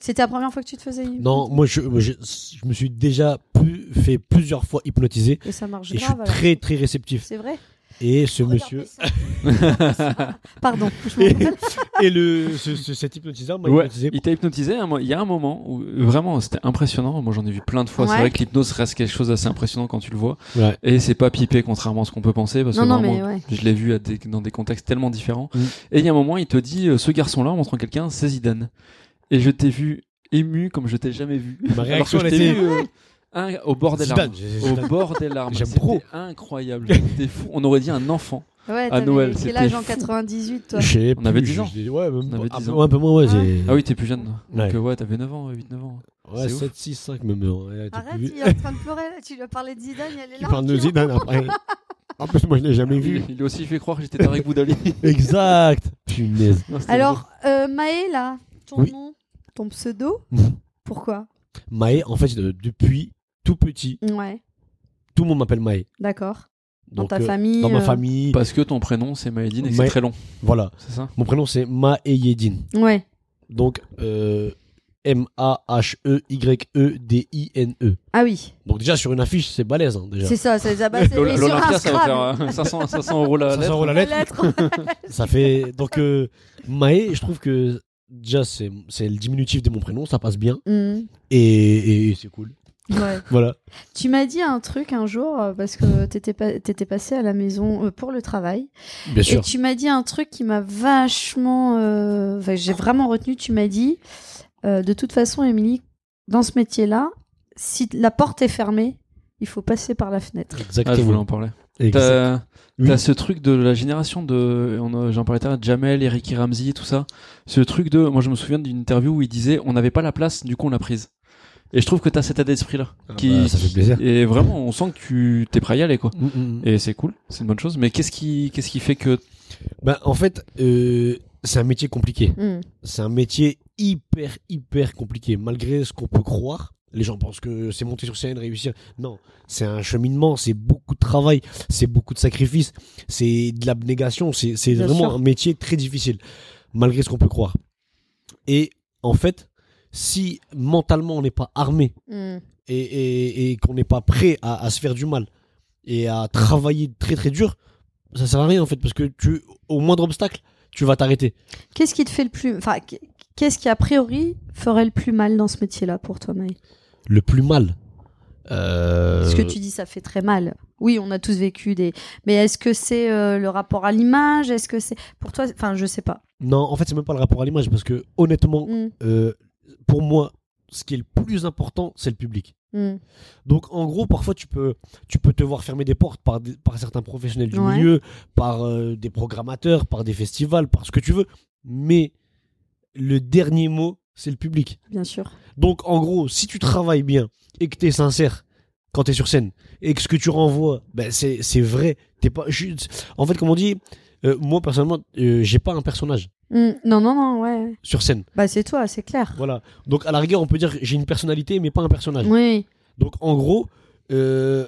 C'était la première fois que tu te faisais hypnotiser Non, moi je, moi, je, je me suis déjà pu- fait plusieurs fois hypnotiser Et ça marche et je suis grave. euh, alors. très très réceptif. C'est vrai. Et ce monsieur Pardon. je m'en- et, et le ce, ce- cet hypnotiseur m'a Ouais, hypnotisé. il t'a hypnotisé. hein, moi, Il y a un moment où euh, vraiment c'était impressionnant. Moi j'en ai vu plein de fois. Ouais. C'est vrai que l'hypnose reste quelque chose d'assez impressionnant quand tu le vois. Ouais. Et c'est pas pipé contrairement à ce qu'on peut penser parce Non, que non, vraiment, mais ouais. je l'ai vu à des- dans des contextes tellement différents. Mm. Mhm. Et il y a un moment, il te dit euh, ce garçon-là en montrant quelqu'un, c'est Zidane. Et je t'ai vu ému comme je t'ai jamais vu. Ma Alors que réaction je elle t'ai était vu euh, un- au bord des Zidane, larmes. j'ai- j'ai- hein. Au bord des larmes. J'aime C'était trop. incroyable. C'était fou. On aurait dit un enfant. Ouais, À t'avais Noël, quel c'était âge en fou. 98 toi je sais On avait plus, 10 ans. je- je- Ouais, même On avait pas- 10 ah, ans. ouais, un peu moins ouais, Ah ouais. j'ai- Ah oui, t'es plus jeune. Donc Ouais. euh, ouais, t'avais 9 ans, 8-9 ans. Ouais, c'est ouf. 7 6 5 même. ouais, t'es Arrête, plus vieux. il est en train de pleurer là. Tu lui as parlé de Zidane, il est Il là. parle de Zidane après. En plus moi je l'ai jamais vu. Il, il a aussi fait croire que j'étais Tarek Boudali. Exact. Punaise. Non, c'était Alors, euh, Maë, là, ton Oui. nom, ton pseudo, pourquoi Maé en fait de- depuis tout petit, Ouais, tout le monde m'appelle Maé. d'accord. Dans Donc, ta euh, famille. dans ma euh, famille, Parce que ton prénom c'est Maïdine et que c'est Mais- très long, voilà. c'est ça Mon prénom c'est Maé Yedine. Ouais. Donc, euh, E M-A-H-E-Y-E-D-I-N-E. Ah oui, E. Donc déjà sur une affiche, c'est balèze hein, déjà. c'est ça. C'est ça. Bah, c'est- et sur un L'Olympia, ça va Scrabble. faire euh, 500, 500 euros la 500 lettre. euros la La lettre. lettre. Ça fait donc euh, Maë, je trouve que déjà c'est c'est le diminutif de mon prénom, ça passe bien Mm. et, et- et c'est cool. Ouais. Voilà. Tu m'as dit un truc un jour euh, parce que t'étais pas, t'étais passé à la maison euh, pour le travail. Bien Et sûr. tu m'as dit un truc qui m'a vachement. euh, enfin, j'ai vraiment retenu. Tu m'as dit, euh, de toute façon, Émilie, dans ce métier-là, si la porte est fermée, il faut passer par la fenêtre. Ah, je voulais Exactement. en parler. Exact. T'as Oui. t'as ce truc de la génération de. on a- J'en parlais tout à l'heure, Jamel, Eric Ramsey, tout ça. Ce truc de. Moi, je me souviens d'une interview où il disait on n'avait pas la place, du coup, on l'a prise. Et je trouve que t'as cet état d'esprit-là. Ah qui- bah, ça fait plaisir. Et vraiment, on sent que tu t'es prêt à y aller, quoi. Mm, mm, mm. Et c'est cool, c'est une bonne chose. Mais qu'est-ce qui, qu'est-ce qui fait que. Bah, en fait, euh, c'est un métier compliqué. Mm. C'est un métier hyper, hyper compliqué. Malgré ce qu'on peut croire, les gens pensent que c'est monter sur scène, réussir. Non, c'est un cheminement, c'est beaucoup de travail, c'est beaucoup de sacrifices, c'est de l'abnégation, c'est c'est Bien vraiment sûr. un métier très difficile, malgré ce qu'on peut croire. Et en fait, si mentalement on n'est pas armé Mm. et, et- et qu'on n'est pas prêt à, à se faire du mal et à travailler très très dur, ça sert à rien en fait parce que tu, au moindre obstacle, tu vas t'arrêter. Qu'est-ce qui te fait le plus. Enfin, qu'est-ce qui, a priori, ferait le plus mal dans ce métier-là pour toi, Maï Le plus mal. euh, Parce que tu dis ça fait très mal. Oui, on a tous vécu des. Mais est-ce que c'est euh, le rapport à l'image Est-ce que c'est pour toi Enfin, je sais pas. Non, en fait, c'est même pas le rapport à l'image parce que honnêtement, Mm, euh, pour moi, ce qui est le plus important, c'est le public. mm, Donc en gros, parfois tu peux, tu peux te voir fermer des portes par, des- par certains professionnels du Ouais. milieu, par euh, des programmateurs, par des festivals, par ce que tu veux. Mais le dernier mot, c'est le public. bien sûr. Donc en gros, si tu travailles bien et que tu es sincère quand tu es sur scène et que ce que tu renvoies, ben, c'est c'est vrai. T'es pas, je- en fait, comme on dit, euh, moi personnellement, euh, j'ai pas un personnage Mm, non, non, non, ouais. sur scène. Bah, c'est toi, c'est clair. Voilà. Donc à la rigueur, on peut dire que j'ai une personnalité, mais pas un personnage. Oui. Donc en gros, euh,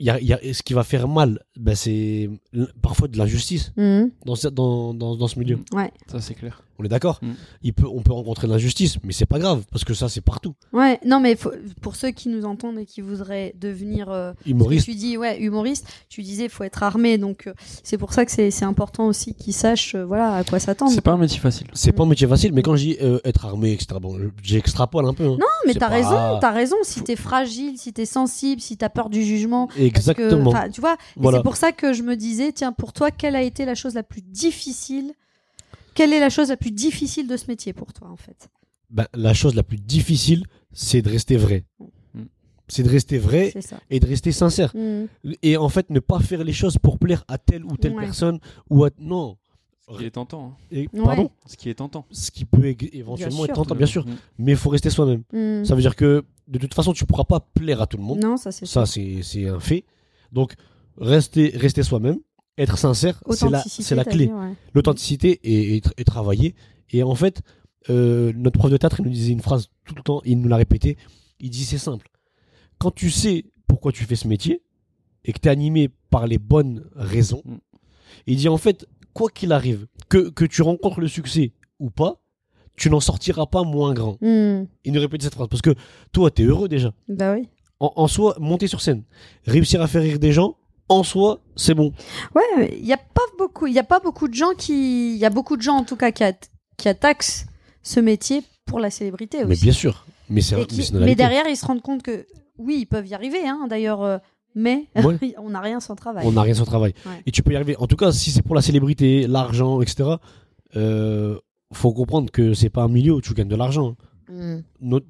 y a- y a- ce qui va faire mal, ben, c'est l- parfois de l'injustice Mm. dans, ce- dans, dans, dans ce milieu. Ouais. Ça, c'est clair. On est d'accord Mm. Il peut, On peut rencontrer de l'injustice, mais c'est pas grave, parce que ça, c'est partout. Ouais, non, mais faut- pour ceux qui nous entendent et qui voudraient devenir euh, Humoriste, Tu dis, ouais, humoriste, tu disais, faut être armé. Donc, euh, c'est pour ça que c'est c'est important aussi qu'ils sachent euh, voilà, à quoi s'attendre. C'est pas un métier facile. c'est Mm. pas un métier facile, mais quand je dis euh, être armé, etc., bon, je- j'extrapole un peu. hein. Non, mais C'est t'as pas- raison, t'as raison. Si t'es fragile, si t'es sensible, si t'as peur du jugement. parce que- Exactement. enfin, tu vois, et Voilà. c'est pour ça que je me disais, tiens, pour toi, quelle a été la chose la plus difficile Quelle est la chose la plus difficile de ce métier pour toi, en fait Ben, la chose la plus difficile, c'est de rester vrai. Mm. C'est de rester vrai C'est ça. et de rester sincère. Mm. Et en fait, ne pas faire les choses pour plaire à telle ou telle Ouais. personne ou à... Non. Ce qui est tentant. Et- Ouais. Pardon hein. Ce qui est tentant. ce qui peut ég- éventuellement Bien sûr. être tentant, bien sûr. Mm. Mais il faut rester soi-même. Mm. Ça veut dire que de toute façon, tu pourras pas plaire à tout le monde. Non, ça c'est Ça, c'est c'est un fait. Donc, rester, rester soi-même, être sincère, c'est la, Authenticité, c'est la t'as clé. dit, ouais. L'authenticité et, et tra- et travailler. Et en fait, euh, notre prof de théâtre, il nous disait une phrase tout le temps, il nous l'a répété. Il dit c'est simple. Quand tu sais pourquoi tu fais ce métier et que tu es animé par les bonnes raisons, Mm. il dit en fait, quoi qu'il arrive, que, que tu rencontres le succès ou pas, tu n'en sortiras pas moins grand. Mm. Il nous répétait cette phrase parce que toi, tu es heureux déjà. Bah oui. En, en soi, monter sur scène, réussir à faire rire des gens, en soi, c'est bon. Ouais, il y a pas beaucoup, il y a pas beaucoup de gens qui, il y a beaucoup de gens en tout cas qui, at- qui attaquent ce métier pour la célébrité Mais aussi. bien sûr. Mais c'est un- Eh Et qui- mais c'est une mais réalité. derrière, ils se rendent compte que oui, ils peuvent y arriver, hein, d'ailleurs, euh, mais Ouais. on n'a rien sans travail. On n'a rien sans travail. Ouais. Et tu peux y arriver. En tout cas, si c'est pour la célébrité, l'argent, etc., euh, faut comprendre que c'est pas un milieu où tu gagnes de l'argent. hein. Mm. No-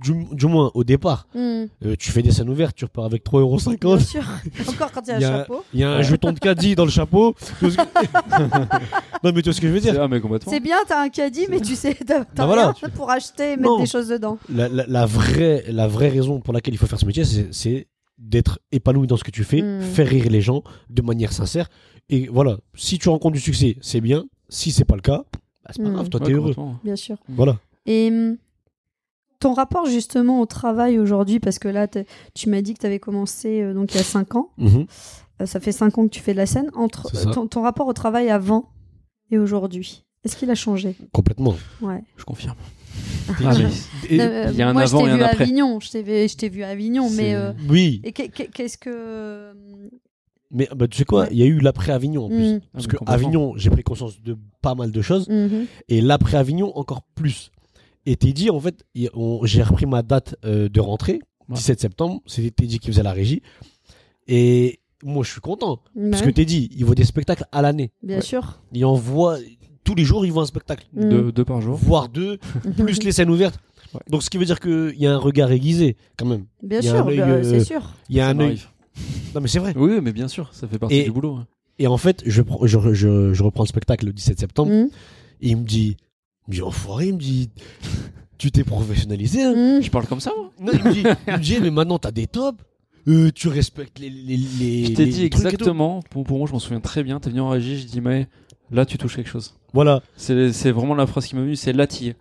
Du, du moins, au départ, Mm. Euh, tu fais des scènes ouvertes, tu repars avec 3,50€. Bien sûr. Encore quand il y a un Il y a- chapeau. Il y a un jeton de caddie dans le chapeau. Tu vois ce que- non, mais tu vois ce que je veux dire. Ah, mais complètement. C'est bien, t'as un caddie, mais tu sais, t'as t'as Bah voilà. rien pour acheter et mettre Non. des choses dedans. La, la- la vraie, la vraie raison pour laquelle il faut faire ce métier, c'est- c'est d'être épanoui dans ce que tu fais, Mm. faire rire les gens de manière sincère. Et voilà, si tu rencontres du succès, c'est bien. Si c'est pas le cas, bah, c'est pas Mm. grave, toi Ouais, t'es heureux. complètement. Bien sûr. Voilà. Et hum, ton rapport justement au travail aujourd'hui, parce que là, t'es- tu m'as dit que t'avais commencé euh, donc il y a 5 ans. Mhm. Euh, ça fait 5 ans que tu fais de la scène. Entre C'est ça. ton, ton rapport au travail avant et aujourd'hui, est-ce qu'il a changé Complètement. Ouais. Je confirme. Ah, mais Et- Non, mais, il y a un moi, je avant et un t'ai vu à après. Avignon. Je t'ai vu, je t'ai vu à Avignon, mais C'est- euh, Oui, et qu'est- qu'est- qu'est-ce que mais bah, tu sais quoi, il y a eu l'après-Avignon en plus. Mm. Ah, Parce mais que complètement. Avignon, j'ai pris conscience de pas mal de choses. Mhm. Et l'après-Avignon, encore plus. Et Teddy, en fait, il- on- j'ai repris ma date euh, de rentrée, Ouais. 17 septembre. C'était Teddy qui faisait la régie. Et moi, je suis content. Parce Ouais, que Teddy, il voit des spectacles à l'année. bah bien ouais. sûr. Il en voit. Tous les jours, il voit un spectacle. Mm. Deux, deux par jour. Voire deux, plus les scènes ouvertes. Ouais. Donc, ce qui veut dire qu'il y a un regard aiguisé, quand même. bien il y a sûr, un œil, bah, c'est euh, sûr. Il y a Ça un œil. m'arrive. Non, mais c'est vrai. Oui, mais bien sûr, ça fait partie Et- du boulot. hein. ouais. Et en fait, je, pr- je, je, je reprends le spectacle le 17 Mm. septembre. Mhm. Et il me dit Mais enfoiré, il me dit Tu t'es professionnalisé, hein Mhm. Je parle comme ça, moi. Non, il me dit, il me dit, mais maintenant t'as des tops, euh, tu respectes les. les, les Je t'ai les dit trucs et tout. exactement, pour, pour moi, je m'en souviens très bien. T'es venu en régie, je dis, mais là, tu touches quelque chose. Voilà. C'est c'est vraiment la phrase qui m'a venue, c'est là, t'y es.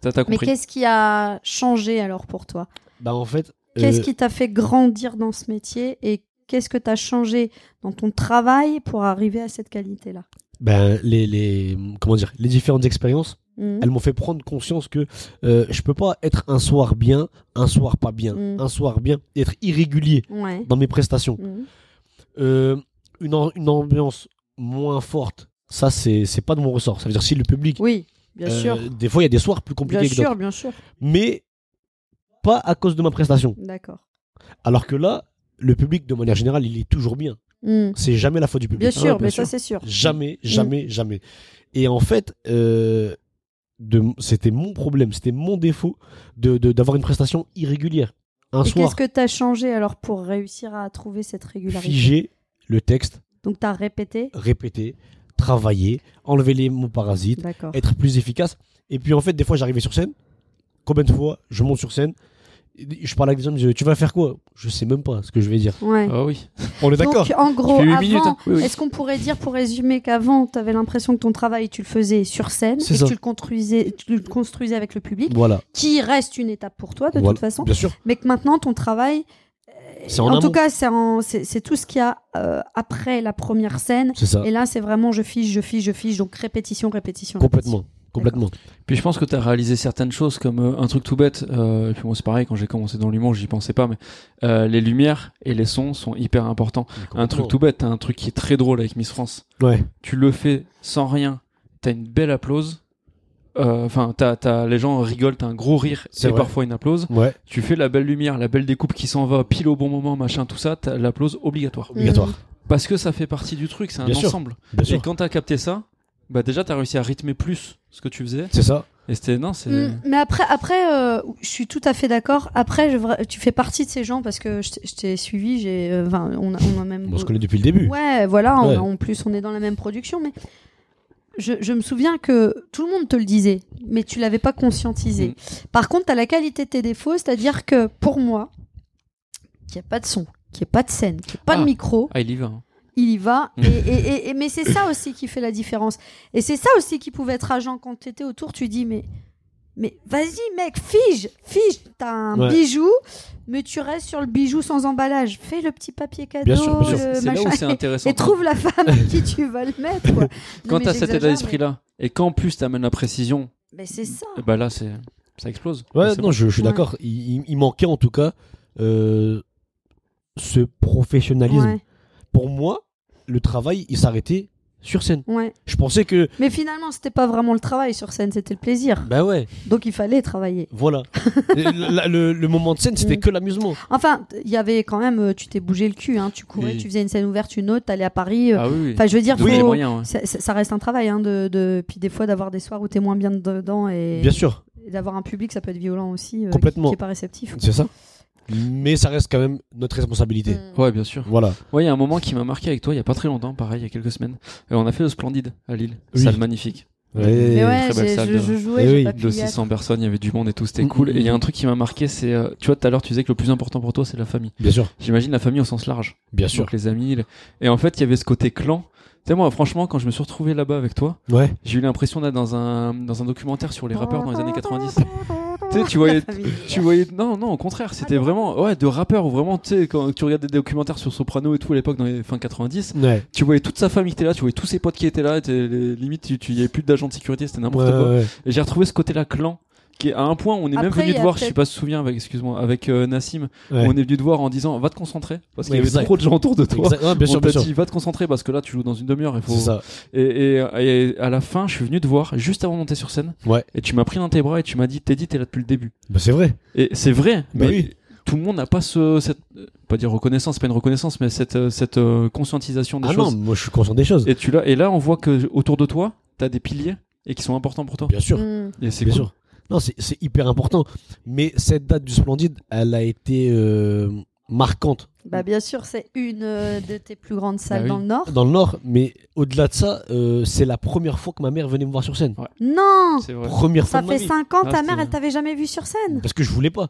T'as t'as Mais compris. qu'est-ce qui a changé alors pour toi Bah en fait. Qu'est-ce euh, qui t'a fait grandir dans ce métier et qu'est-ce que t'as changé dans ton travail pour arriver à cette qualité-là Ben les, les comment dire les différentes expériences, Mm. Mhm. elles m'ont fait prendre conscience que euh, je peux pas être un soir bien, un soir pas bien, Mm. un soir bien, être irrégulier Ouais. dans mes prestations. Mhm. Euh, une, am- une ambiance moins forte, ça c'est c'est pas de mon ressort. Ça veut dire si le public. Oui, bien euh, sûr. Des fois il y a des soirs plus Bien compliqués que sûr, d'autres, bien sûr. mais pas à cause de ma prestation. D'accord. Alors que là, le public, de manière générale, il est toujours bien. Mhm. C'est Ah jamais la faute du public. Bien hein. sûr, Mm. bien mais sûr. ça c'est sûr. Jamais, jamais, jamais. Et en fait, euh, de- c'était mon problème, c'était mon défaut d'avoir de, d'avoir une prestation irrégulière. Un Et soir, qu'est-ce que t'as changé alors pour réussir à trouver cette régularité figé le texte, Donc t'as répété répété, travaillé, enlever les mots parasites, D'accord. être plus efficace. Et puis en fait, des fois, j'arrivais sur scène. Combien de fois je monte sur scène je parle avec des gens, ils me disent, tu vas faire quoi Je sais même pas ce que je vais dire. Ouais. Ah oui. On est Euh, d'accord Donc en gros, fais huit Oh, avant, minutes, hein. Oui, oui. est-ce qu'on pourrait dire pour résumer qu'avant, tu avais l'impression que ton travail, tu le faisais sur scène et C'est que ça. tu le, construisais, tu le construisais avec le public, Voilà. qui reste une étape pour toi de Voilà. toute façon, Bien sûr. mais que maintenant ton travail, C'est en, amont. tout cas, c'est en- c'est c'est tout ce qu'il y a euh, après la première scène. C'est ça. Et là, c'est vraiment je fiche, je fiche, je fiche, donc répétition, répétition. Complètement. Complètement. Puis je pense que tu as réalisé certaines choses comme euh, un truc tout bête. euh, et puis moi, c'est pareil, quand j'ai commencé dans l'humour, j'y pensais pas, mais euh, les lumières et les sons sont hyper importants. Un truc tout bête, t'as un truc qui est très drôle avec Miss France. Ouais. Tu le fais sans rien, t'as une belle applause. Euh, Enfin, t'as- t'as- les gens rigolent, t'as un gros rire C'est et vrai. parfois une applause. Ouais. Mm. Tu fais la belle lumière, la belle découpe qui s'en va pile au bon moment, machin, tout ça, t'as l'applause obligatoire. Obligatoire. Parce que ça fait partie du truc, c'est un Bien sûr. ensemble. Bien Et sûr. quand t'as capté ça, bah déjà t'as réussi à rythmer plus ce que tu faisais. C'est ça. Et c'était non, c'est Mm, mais après, après euh, je suis tout à fait d'accord. Après, je vra- tu fais partie de ces gens parce que je t'ai- je t'ai suivi. J'ai, euh, enfin, on, a- on a même On se connaît depuis le début. Mm. Ouais, voilà, on- Ouais. en plus on est dans la même production, mais je, je me souviens que tout le monde te le disait, mais tu l'avais pas conscientisé. Mm. Par contre, tu as la qualité de tes défauts, c'est-à-dire que pour moi, qu'il n'y a pas de son, qu'il n'y a pas de scène, qu'il n'y a pas de Ah. micro, ah il y va. hein. il y va. Mm. Et, et- et- et- mais c'est ça aussi qui fait la différence. Et c'est ça aussi qui pouvait être agent quand tu étais autour, tu dis, mais... Mais vas-y mec, fige, fige, t'as un Ouais. bijou, mais tu restes sur le bijou sans emballage. Fais le petit papier cadeau, Bien sûr, bien sûr. Oh, le C'est là où machin. c'est intéressant. Et trouve la femme à qui tu vas le mettre. Quoi. Non, Quand mais t'as cet état j'exagère, d'esprit-là, et qu'en plus t'amènes la précision, Mais, mais c'est ça. bah là, c'est ça explose. Ouais, Et c'est non, je, je suis Ouais. d'accord. Il, il- il manquait en tout cas euh, ce professionnalisme. Ouais, Pour moi, le travail, il s'arrêtait sur scène. ouais. Je pensais que. Mais finalement, c'était pas vraiment le travail sur scène, c'était le plaisir. Ben ouais, Donc il fallait travailler. voilà. le, la- le- le moment de scène, c'était Mm. que l'amusement. Enfin, il y avait quand même, euh, tu t'es bougé le cul, hein. tu courais, Oui. tu faisais une scène ouverte, une autre, t'allais à Paris. euh. Ah oui, oui. Enfin, je veux dire, Donner les faut- moyens, ouais. ça, ça- ça reste un travail, hein, de, de- puis des fois d'avoir des soirs où t'es moins bien dedans et, Bien sûr, et d'avoir un public, ça peut être violent aussi, euh, Complètement. qui, qui est pas réceptif. c'est ça. Mm. Mais ça reste quand même notre responsabilité. Mm. Ouais, bien sûr. Voilà. Ouais, il y a un moment qui m'a marqué avec toi, il y a pas très longtemps, pareil, il y a quelques semaines. Et on a fait le Splendide à Lille. Oui. Salle magnifique. Et- Mais ouais, très belle j'ai- salle je, de- je jouais, Eh j'ai oui, pas pu De y être. 600 personnes, il y avait du monde et tout, c'était Mm, cool. mm, Et il y a mm. un truc qui m'a marqué, c'est, euh, tu vois, tout à l'heure, tu disais que le plus important pour toi, c'est la famille. Bien sûr, J'imagine la famille au sens large. bien sûr. Donc les amis. les- Et en fait, il y avait ce côté clan. Tu sais, moi, franchement, quand je me suis retrouvé là-bas avec toi, Ouais. j'ai eu l'impression d'être dans un, dans un documentaire sur les rappeurs dans les années 90. tu sais, tu voyais Ah Tu voyais non non au contraire c'était vraiment ouais de rappeur ou vraiment tu sais quand tu regardes des documentaires sur Soprano et tout à l'époque dans les fins 90 Ouais. tu voyais toute sa famille qui était là tu voyais tous ses potes qui étaient là et t'es- les- limite tu tu- il y avait plus d'agents de sécurité c'était n'importe Ouais, quoi ouais. et j'ai retrouvé ce côté là clan qui est à un point, on est même Après, venu il y te a voir, je sais peut-être- pas si tu te souviens, avec, excuse-moi, avec euh, Nassim, Ouais. on est venu te voir en disant va te concentrer parce qu'il Ouais, y avait exact. trop de gens autour de toi. Exact- ouais, bien sûr, on t'a bien sûr. dit va te concentrer parce que là tu joues dans une demi-heure, il faut. C'est ça. Et, et- et à la fin, je suis venu te voir juste avant de monter sur scène. Ouais. Et tu m'as pris dans tes bras et tu m'as dit Teddy, t'es là depuis le début. Bah, c'est vrai. Et c'est vrai, Bah mais oui. tout le monde n'a pas ce, cette, euh, pas dire reconnaissance, c'est pas une reconnaissance, mais cette, euh, cette euh, conscientisation des Ah non, choses. moi je suis conscient des choses. Et tu l'as. Et là, on voit que autour de toi, t'as des piliers et qui sont importants pour toi. Bien sûr. Mm. Et c'est Bien cool. sûr. Non, c'est- c'est hyper important. Mais cette date du Splendide, elle a été euh, marquante Bah, bien sûr, c'est une euh, de tes plus grandes salles Bah oui. dans le Nord. dans le Nord, mais au-delà de ça, euh, c'est la première fois que ma mère venait me voir sur scène. Non C'est vrai. Première fois Ça de ma fait vie. 5 ans, Ah, ta c'était- mère, elle t'avait jamais vu sur scène. Parce que je voulais pas.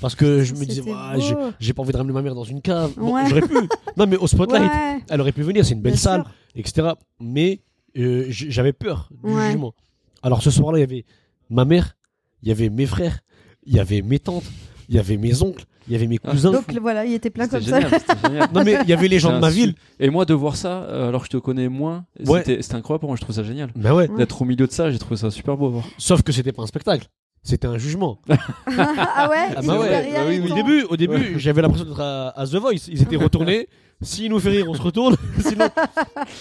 Parce que je me disais, C'était Ouah, beau. j'ai j'ai pas envie de ramener ma mère dans une cave. Bon, Ouais. J'aurais pu. Non, mais au spotlight, Ouais, elle aurait pu venir, c'est une belle bien salle, sûr. etc. Mais euh, j- j'avais peur du Ouais. jugement. Alors ce soir-là, il y avait ma mère, il y avait mes frères, il y avait mes tantes, il y avait mes oncles, il y avait mes Ah, cousins. Donc le- voilà, il était plein C'était comme ça. génial, c'était génial. Non, mais il y avait les gens de ma C'était un ville. su- Et moi, de voir ça, euh, alors que je te connais moins, Ouais. c'était c'était incroyable pour moi, je trouve ça génial. Bah ouais. Ouais. D'être au milieu de ça, j'ai trouvé ça super beau à voir. Sauf que c'était pas un spectacle, c'était un jugement. ah ouais, Ah il bah était ouais, derrière, bah oui, il oui. Au t'en- début, au début, j'avais l'impression d'être à, à The Voice. Ils étaient retournés. S'il nous fait rire, on se retourne. Sinon...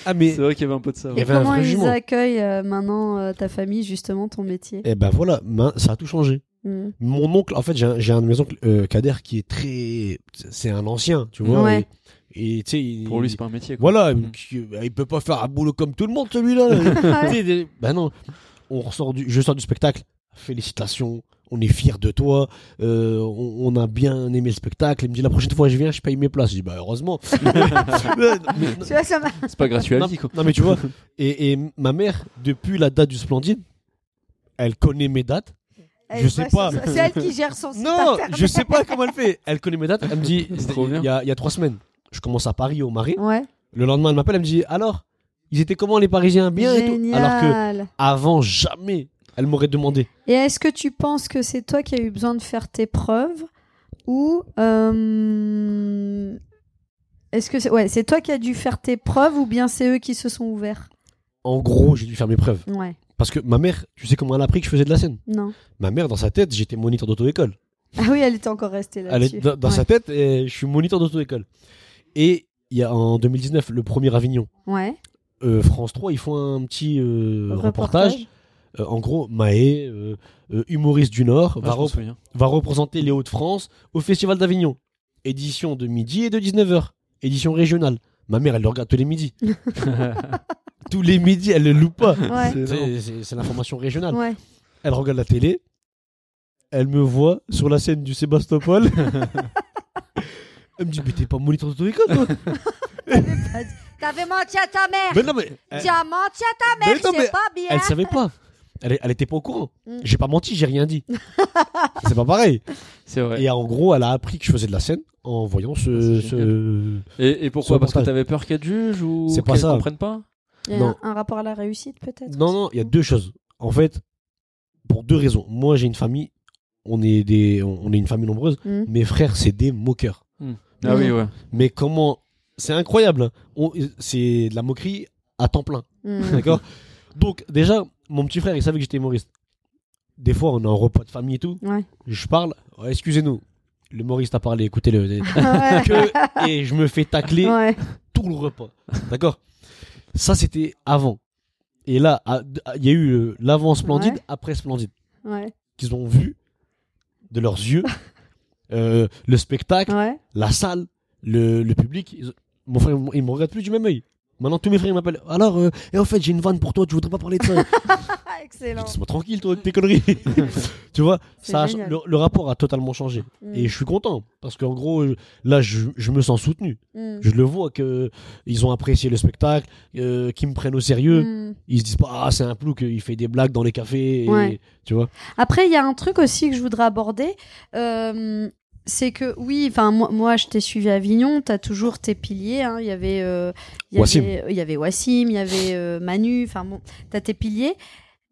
Ah mais C'est vrai qu'il y avait un peu de ça. Il y Et ouais. avait un comment vrai ils jumeau. accueillent euh, maintenant euh, ta famille, justement, ton métier eh ben voilà, ma- ça a tout changé. Mm. Mon oncle, en fait, j'ai un, j'ai un de mes oncles, euh, Kader, qui est très, c'est un ancien, tu vois. Ouais. Et et tu sais, il- Pour lui, c'est pas un métier. Quoi. voilà, Mm. qui- bah, il peut pas faire un boulot comme tout le monde, celui-là. là. Tu sais, des- bah non, on ressort du, je sors du spectacle. Félicitations, on est fiers de toi. euh, on, on a bien aimé le spectacle. Il me dit la prochaine fois je viens, je paye mes places. Je dis bah heureusement. Mais- Tu vois, ça m'a- C'est pas gratuit à non, vie. quoi. non, mais tu vois, et, et ma mère, depuis la date du Splendide, elle connaît mes dates. Elle Je sais va pas. sur- C'est elle qui gère son site Non, internet. je sais pas comment elle fait. Elle connaît mes dates. Elle me dit, C'est trop bien. Ah, il y, a, il y a trois semaines, je commence à Paris au Marais. Ouais. Le lendemain, elle m'appelle, elle me dit, alors, ils étaient comment les Parisiens Bien et tout. Génial. Alors que avant, jamais, elle m'aurait demandé. Et est-ce que tu penses que c'est toi qui as eu besoin de faire tes preuves ou euh, est-ce que c'est ouais, c'est toi qui as dû faire tes preuves ou bien c'est eux qui se sont ouverts En gros, j'ai dû faire mes preuves. Ouais. Parce que ma mère, tu sais comment elle a appris que je faisais de la scène Non. Ma mère, dans sa tête, j'étais moniteur d'auto-école. Ah oui, elle était encore restée Elle là-dessus. est dans, dans ouais. sa tête, et je suis moniteur d'auto-école. Et il y a en 2019, le premier Avignon, Ouais. euh, France 3, ils font un petit euh, reportage. Reportage. Euh, en gros, Maé, euh, euh, humoriste du Nord, Ah, va, je me rep- souviens. va représenter les Hauts-de-France au Festival d'Avignon. Édition de midi et de 19h. Édition régionale. Ma mère, elle le regarde tous les midis. tous les midis, elle le loupe pas. Ouais. C'est énorme. C'est- C'est c'est l'information régionale. Ouais. Elle regarde la télé. Elle me voit sur la scène du Sébastopol. elle me dit, mais t'es pas moniteur d'auto-école, toi T'avais pas dit- T'avais menti à ta mère. Mais non, mais. elle- Tu as menti à ta mère, Mais non, c'est mais pas bien. Elle savait pas. Elle, elle était pas au courant. Mm. J'ai pas menti, j'ai rien dit. c'est pas pareil. C'est vrai. Et en gros, elle a appris que je faisais de la scène en voyant ce. Ah, c'est ce- Et, et Sur pourquoi le Parce que portage. t'avais peur qu'elle te juge ou C'est pas qu'elle ça. comprenne pas Il y a Non. un, un rapport à la réussite peut-être. Non, aussi. non, il y a deux choses. En fait, pour deux raisons. Moi, j'ai une famille. On est des, on est une famille nombreuse. Mm. Mes frères, c'est des moqueurs. Ah oui, Mm. ouais. Mais comment C'est incroyable. hein. On- C'est de la moquerie à temps plein. Mm. D'accord. Donc déjà, mon petit frère, il savait que j'étais humoriste. Des fois, on est en repas de famille et tout. Ouais. Je parle. Oh, Excusez-nous. Le humoriste a parlé. Écoutez-le. Ouais. Que- et je me fais tacler. Ouais. tout le repas. D'accord Ça, c'était avant. Et là, à- à- il y a eu euh, l'avant Splendide, Ouais. après Splendide, Ouais. qu'ils ont vu de leurs yeux euh, le spectacle, Ouais. la salle, le, le public. Ils- mon frère, il me regarde plus du même œil. Maintenant, tous mes frères ils m'appellent. Alors, euh, et en fait, j'ai une vanne pour toi, tu voudrais pas parler de ça Ah, Je excellent. dis, Laisse-moi tranquille, toi, avec tes conneries. tu vois, C'est ça a- génial. Mm. le, le rapport a totalement changé. Et je suis content, parce qu'en gros, je- là, je- je me sens soutenu. Mm. Je le vois que ils ont apprécié le spectacle, euh, qu'ils me prennent au sérieux. Mm. Ils se disent pas ah c'est un plouc, il fait des blagues dans les cafés. et- Ouais. Tu vois. Après, il y a un truc aussi que je voudrais aborder. euh, c'est que oui, enfin moi, moi, je t'ai suivi à Avignon, t'as toujours tes piliers. hein, Il y avait, euh, il y Wassim. avait, il y avait Wassim, il y avait euh, Manu. Enfin bon, t'as tes piliers.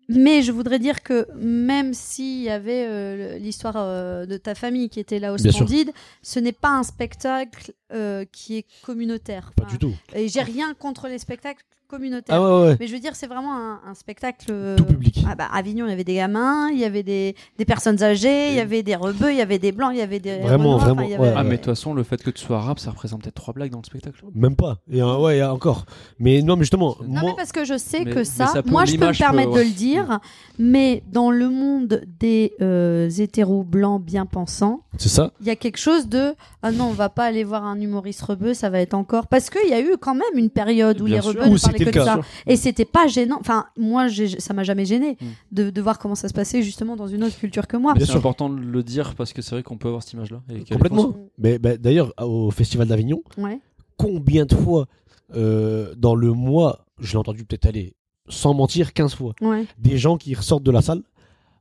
Mais je voudrais dire que même s'il y avait euh, l'histoire euh, de ta famille qui était là au Bien sûr. Splendide, ce n'est pas un spectacle euh, qui est communautaire. Pas Enfin, du tout. Et j'ai rien contre les spectacles communautaire. Ah ouais, ouais. Mais je veux dire, c'est vraiment un, un spectacle. euh, Tout public. Ah bah, à Avignon, il y avait des gamins, il y avait des, des personnes âgées, il y avait des rebeux, il y avait des blancs, il y avait des. Renois, Vraiment, enfin, vraiment, il y avait- ouais. Ah, mais de toute façon, le fait que tu sois arabe, ça représente peut-être trois blagues dans le spectacle. Même pas. Et euh, ouais, euh, encore. Mais non, mais justement, Non, Non, moi, mais parce que je sais Mais- que mais ça, ça peut- moi je peux me l'image peut- permettre de ouais. le dire, mais dans le monde des euh, hétéros blancs bien pensants, c'est ça. il y a quelque chose de ah non, on va pas aller voir un humoriste rebeu, ça va être encore. Parce qu'il y a eu quand même une période où Bien les sûr. rebeux ne Où parlaient c'était que de le cas. ça. Et c'était pas gênant. Enfin, moi j'ai- ça m'a jamais gêné Mm. de, de voir comment ça se passait justement dans une autre culture que moi. Mais Bien c'est sûr. important de le dire parce que c'est vrai qu'on peut avoir cette image-là. et qu'elle est Complètement. pense- Mais bah, d'ailleurs, au Festival d'Avignon, Ouais. combien de fois euh, dans le mois, je l'ai entendu peut-être aller, sans mentir, 15 fois, Ouais. des gens qui ressortent de la salle.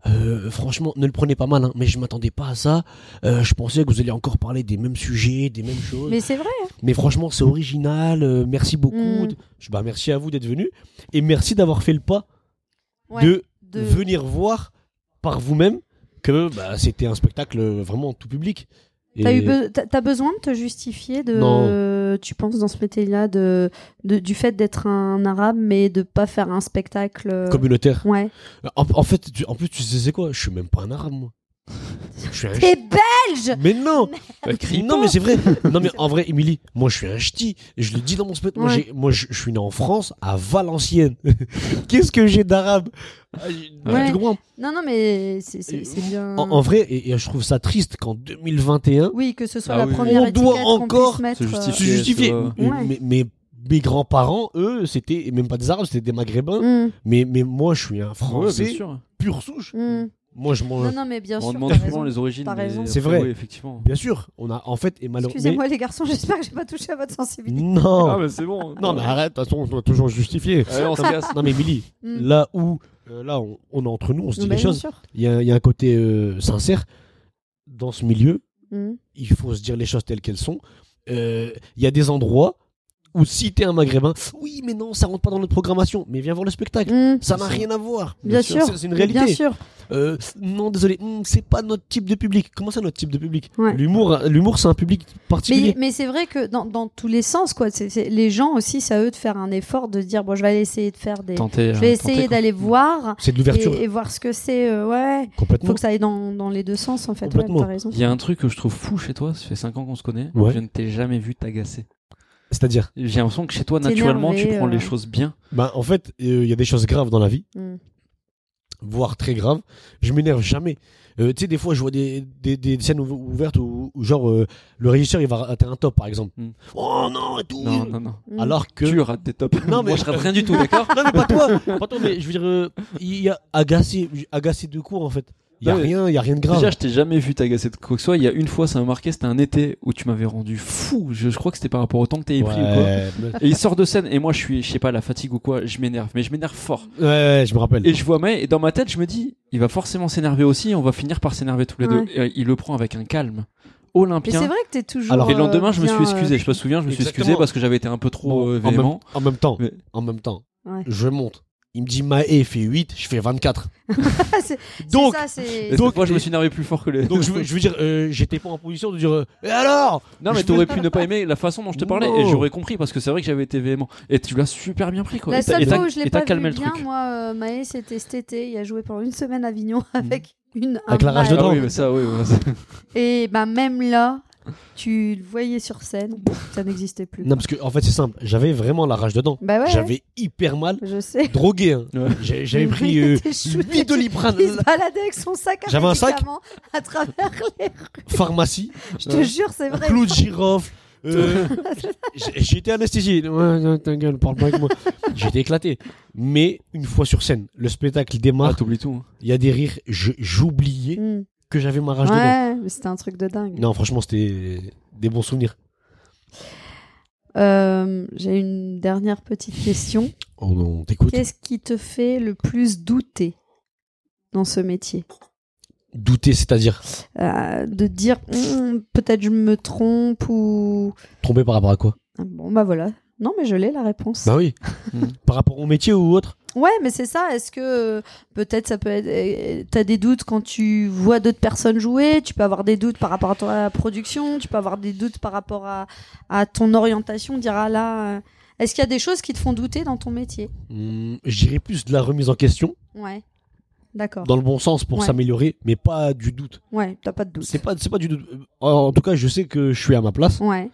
Euh, franchement, ne le prenez pas mal, hein, mais je m'attendais pas à ça. Euh, je pensais que vous alliez encore parler des mêmes sujets, des mêmes choses. Mais, Mais c'est vrai. franchement, c'est original. euh, merci beaucoup. Mm. Je, bah, merci à vous d'être venu et merci d'avoir fait le pas Ouais. de De- venir voir par vous-même que bah, c'était un spectacle euh, vraiment tout public. Et- T'as eu be- t'as- t'as besoin de te justifier de tu penses dans ce métier-là de, de- du fait d'être un arabe mais de pas faire un spectacle euh, communautaire. ouais En, en fait, tu- en plus, tu sais c'est quoi Je suis même pas un arabe, moi. Je suis un t'es bête ch'ti. Mais non Bah, crie Non, pas. mais c'est vrai. Non, mais en vrai, Émilie, moi, je suis un ch'ti. Et Je le dis dans mon spectacle. Moi, Ouais. j'ai- Moi, je je suis né en France, à Valenciennes. Qu'est-ce que j'ai d'arabe Ah, j'ai- Ouais. Tu comprends non non mais c'est c'est- Et- c'est bien en, en vrai, et, et je trouve ça triste qu'en 2021, oui que ce soit Ah la oui, oui. première On étiquette doit qu'on puisse encore mettre, se c'est justifier. euh, justifié. Ouais. Mais- mais- mais mes grands-parents, eux, c'était même pas des arabes, c'était des maghrébins. hum, Mais, mais moi, je suis un Ouais, français bien sûr. pure souche. hum. Moi, je mange. non non mais bien On sûr demande t'as souvent raison. les origines. T'as mais raison. C'est après, vrai. oui, effectivement. Bien sûr, on a en fait et malheureusement. excusez-moi les garçons j'espère que j'ai pas touché à votre sensibilité Non, Ah, mais Ah, c'est bon. non, mais arrête. De toute façon, on doit toujours justifier. Allez, on se casse. Non, mais Émilie, Hum. là où euh, là on, on est entre nous, on se dit Bah, les bien choses. sûr. Il y, a- il y a un côté euh, sincère dans ce milieu. Hum. Il faut se dire les choses telles qu'elles sont. Euh, Il y a des endroits où si t'es un Maghrébin, oui, mais non, ça rentre pas dans notre programmation. Mais viens voir le spectacle. Hum. Ça n'a Ça- rien à voir. Bien sûr, c'est- c'est une mais réalité. bien sûr Euh, non, désolé, hmm, c'est pas notre type de public. Comment ça, notre type de public Ouais. L'humour, hein, l'humour, c'est un public particulier. Mais, mais c'est vrai que dans, dans tous les sens, quoi. C'est- c'est- les gens aussi, c'est à eux de faire un effort, de se dire bon, je vais aller essayer de faire des. Tenter, Je vais euh, tenter, essayer quoi. d'aller voir C'est de et, l'ouverture et voir ce que c'est. euh, ouais. Il faut complètement. que ça aille dans, dans les deux sens, en fait. Ouais, Complètement. t'as raison. Il y a un truc que je trouve fou chez toi, ça fait 5 ans qu'on se connaît, Ouais. je ne t'ai jamais vu t'agacer. C'est-à-dire, J'ai l'impression que chez toi, T'es naturellement, tu énervé, prends euh. les choses bien. bah, en fait, euh, il y a des choses graves dans la vie, Mm. voire très graves. Je m'énerve jamais. Euh, tu sais, des fois, je vois des, des, des scènes ouv- ouvertes où, où genre, euh, le régisseur, il va rater un top, par exemple. Mm. Oh non, et tout. Non, non, non. Mm. Alors que. Tu rates des tops. Non, mais- Moi, je rate rien du tout, d'accord Non, mais pas toi. pas toi, mais je veux dire, euh, il y a agacé, agacé de cours, en fait. Il y a Non, mais- rien, il y a rien de grave. Déjà, je t'ai jamais vu t'agacer de quoi que ce soit. Il y a une fois, ça m'a marqué, c'était un été où tu m'avais rendu fou. Je, je crois que c'était par rapport au temps que t'avais pris ou quoi. Ouais, mais- Et il sort de scène, et moi, je suis, je sais pas, la fatigue ou quoi, je m'énerve, mais je m'énerve fort. ouais, ouais, je me rappelle. Et je vois May, et dans ma tête, je me dis, il va forcément s'énerver aussi, on va finir par s'énerver tous les Ouais. deux. Et, euh, il le prend avec un calme Mais c'est olympien. vrai euh, que t'es toujours. euh, Alors- et le lendemain, je me suis excusé. excusé Je me souviens, je me suis Exactement. excusé parce que j'avais été un peu trop Bon, euh, en même- véhément. En même temps, Mais- en même temps, Ouais. je monte. Il me dit Maé fait 8, je fais 24. Donc, donc. Ça, c'est- Et Donc- cette fois, je me suis énervé plus fort que les. donc je veux, je veux dire, euh, j'étais pas en position de dire euh, Et alors Non, mais je t'aurais pu ne pas aimer la façon dont je te parlais Non. et j'aurais compris parce que c'est vrai que j'avais été véhément. Et tu l'as super bien pris quoi. La Et t'as- seule et t'as- fois où je l'ai et t'as pas calmé vu le bien, truc. moi, euh, Maë, c'était cet été. Il a joué pendant une semaine à Avignon Mmh. avec une. un Avec la rage bail. de dents. Ah oui, mais ça, oui. voilà. Et bah, même là, tu le voyais sur scène, ça n'existait plus. Non, parce que en fait, c'est simple, j'avais vraiment la rage dedans. Bah Mm. ouais, ouais, J'avais hyper mal, je sais. drogué. hein. Ouais. J'ai- J'avais pris Il euh, était shooté. 8 doliprane, Il se la baladait avec son sac à J'avais un sac médicaments à travers les rues. pharmacie, Je te Ouais. jure, c'est vrai. clou de girofle. euh, j'ai- J'étais anesthésié. Ouais, non, ta gueule, parle pas avec moi. J'étais éclaté. Mais une fois sur scène, le spectacle Ah, démarre, t'oublies tout. hein. il y a des rires. je- J'oubliais Mm. que j'avais ma rage dedans. Ouais, mais c'était un truc de dingue. Non, franchement, c'était des bons souvenirs. Euh, J'ai une dernière petite question. On, Oh, on t'écoute. Qu'est-ce qui te fait le plus douter dans ce métier Douter, c'est-à-dire Euh, De dire Hum, peut-être je me trompe ou tromper par rapport à quoi Ah, bon bah voilà. Non mais je l'ai la réponse. Bah oui. Mm. par rapport au métier ou autre Ouais, mais c'est ça. Est-ce que euh, peut-être ça peut être. euh, T'as des doutes quand tu vois d'autres personnes jouer. Tu peux avoir des doutes par rapport à ta production. Tu peux avoir des doutes par rapport à, à ton orientation. Dire ah là. euh, Est-ce qu'il y a des choses qui te font douter dans ton métier Hum, je dirais plus de la remise en question, Ouais. D'accord. dans le bon sens pour Ouais. s'améliorer, mais pas du doute. Ouais, t'as pas de doute. C'est pas, c'est pas du doute. Euh, En en tout cas, je sais que je suis à ma place. Ouais.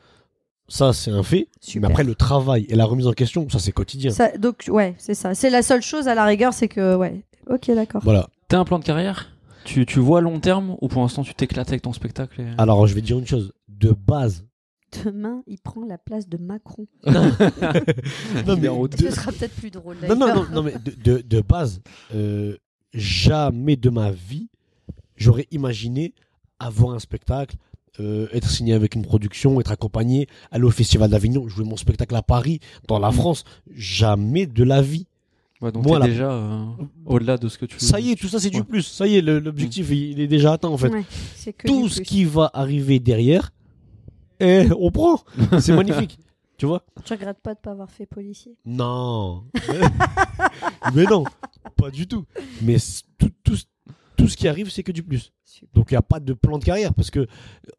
Ça, c'est un fait. Super. Mais après, le travail et la remise en question, ça, c'est quotidien. Ça- donc ouais, c'est ça. C'est la seule chose à la rigueur, c'est que ouais. Ok, d'accord. Voilà. T'as un plan de carrière tu, tu vois à long terme ou pour l'instant tu t'éclates avec ton spectacle et- Alors, je vais dire une chose. De base. Demain, il prend la place de Macron. Non, Il est mais en route. de- Ce sera peut-être plus drôle. non, non, d'ailleurs. non, non, mais de, de- de base, euh, jamais de ma vie, j'aurais imaginé avoir un spectacle, euh, être signé avec une production, être accompagné, aller au Festival d'Avignon, jouer mon spectacle à Paris, dans la France. Jamais de la vie. Ouais, donc Voilà. t'es déjà euh, au-delà de ce que tu Ça y est, tout ça, c'est Ouais. du Mm. plus. Ça y est, le- l'objectif, il est déjà atteint, en fait. Ouais, c'est que tout du ce plus. qui va arriver derrière, eh, on prend. C'est magnifique. Tu vois Tu regrettes pas de pas avoir fait policier. Non. Mais non, pas du tout. Mais c- tout, tout, ce- tout ce qui arrive, c'est que du plus. Super. Donc il n'y a pas de plan de carrière parce que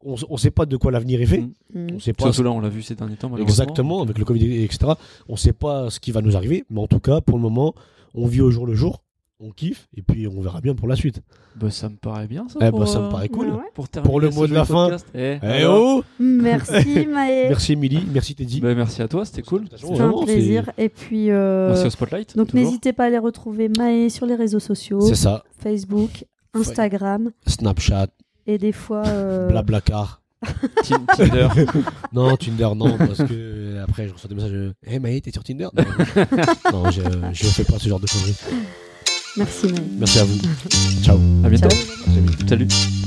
on ne sait pas de quoi l'avenir est fait. Mm. Mm. On sait pas Sauf que là on l'a vu ces derniers temps malheureusement. exactement avec le Covid, etc. On ne sait pas ce qui va nous arriver. Mais en tout cas, pour le moment, on vit au jour le jour. On kiffe et puis on verra bien pour la suite. Bah, ça me paraît bien ça. Eh pour, ben, ça euh, me paraît cool. Ouais, ouais. Pour, terminer Pour le ce mot de joli la fin. podcast. Eh, Eh alors. oh Merci Maë. Merci Émilie, merci Teddy. Bah, merci à toi, c'était cool. C'était un Vraiment, c'est- plaisir. Et puis euh, Merci au Spotlight. donc toujours. n'hésitez pas à les retrouver Maë sur les réseaux sociaux, C'est ça. Facebook, Instagram Snapchat, et des fois euh, Blablacar. Team Tinder. Non, Tinder, non, parce que euh, après, je reçois des messages. euh, Hey Maë, t'es sur Tinder Non, non, je je fais pas ce genre de conneries. Merci Maë. Merci à vous. Ciao. À bientôt. Ciao. Salut.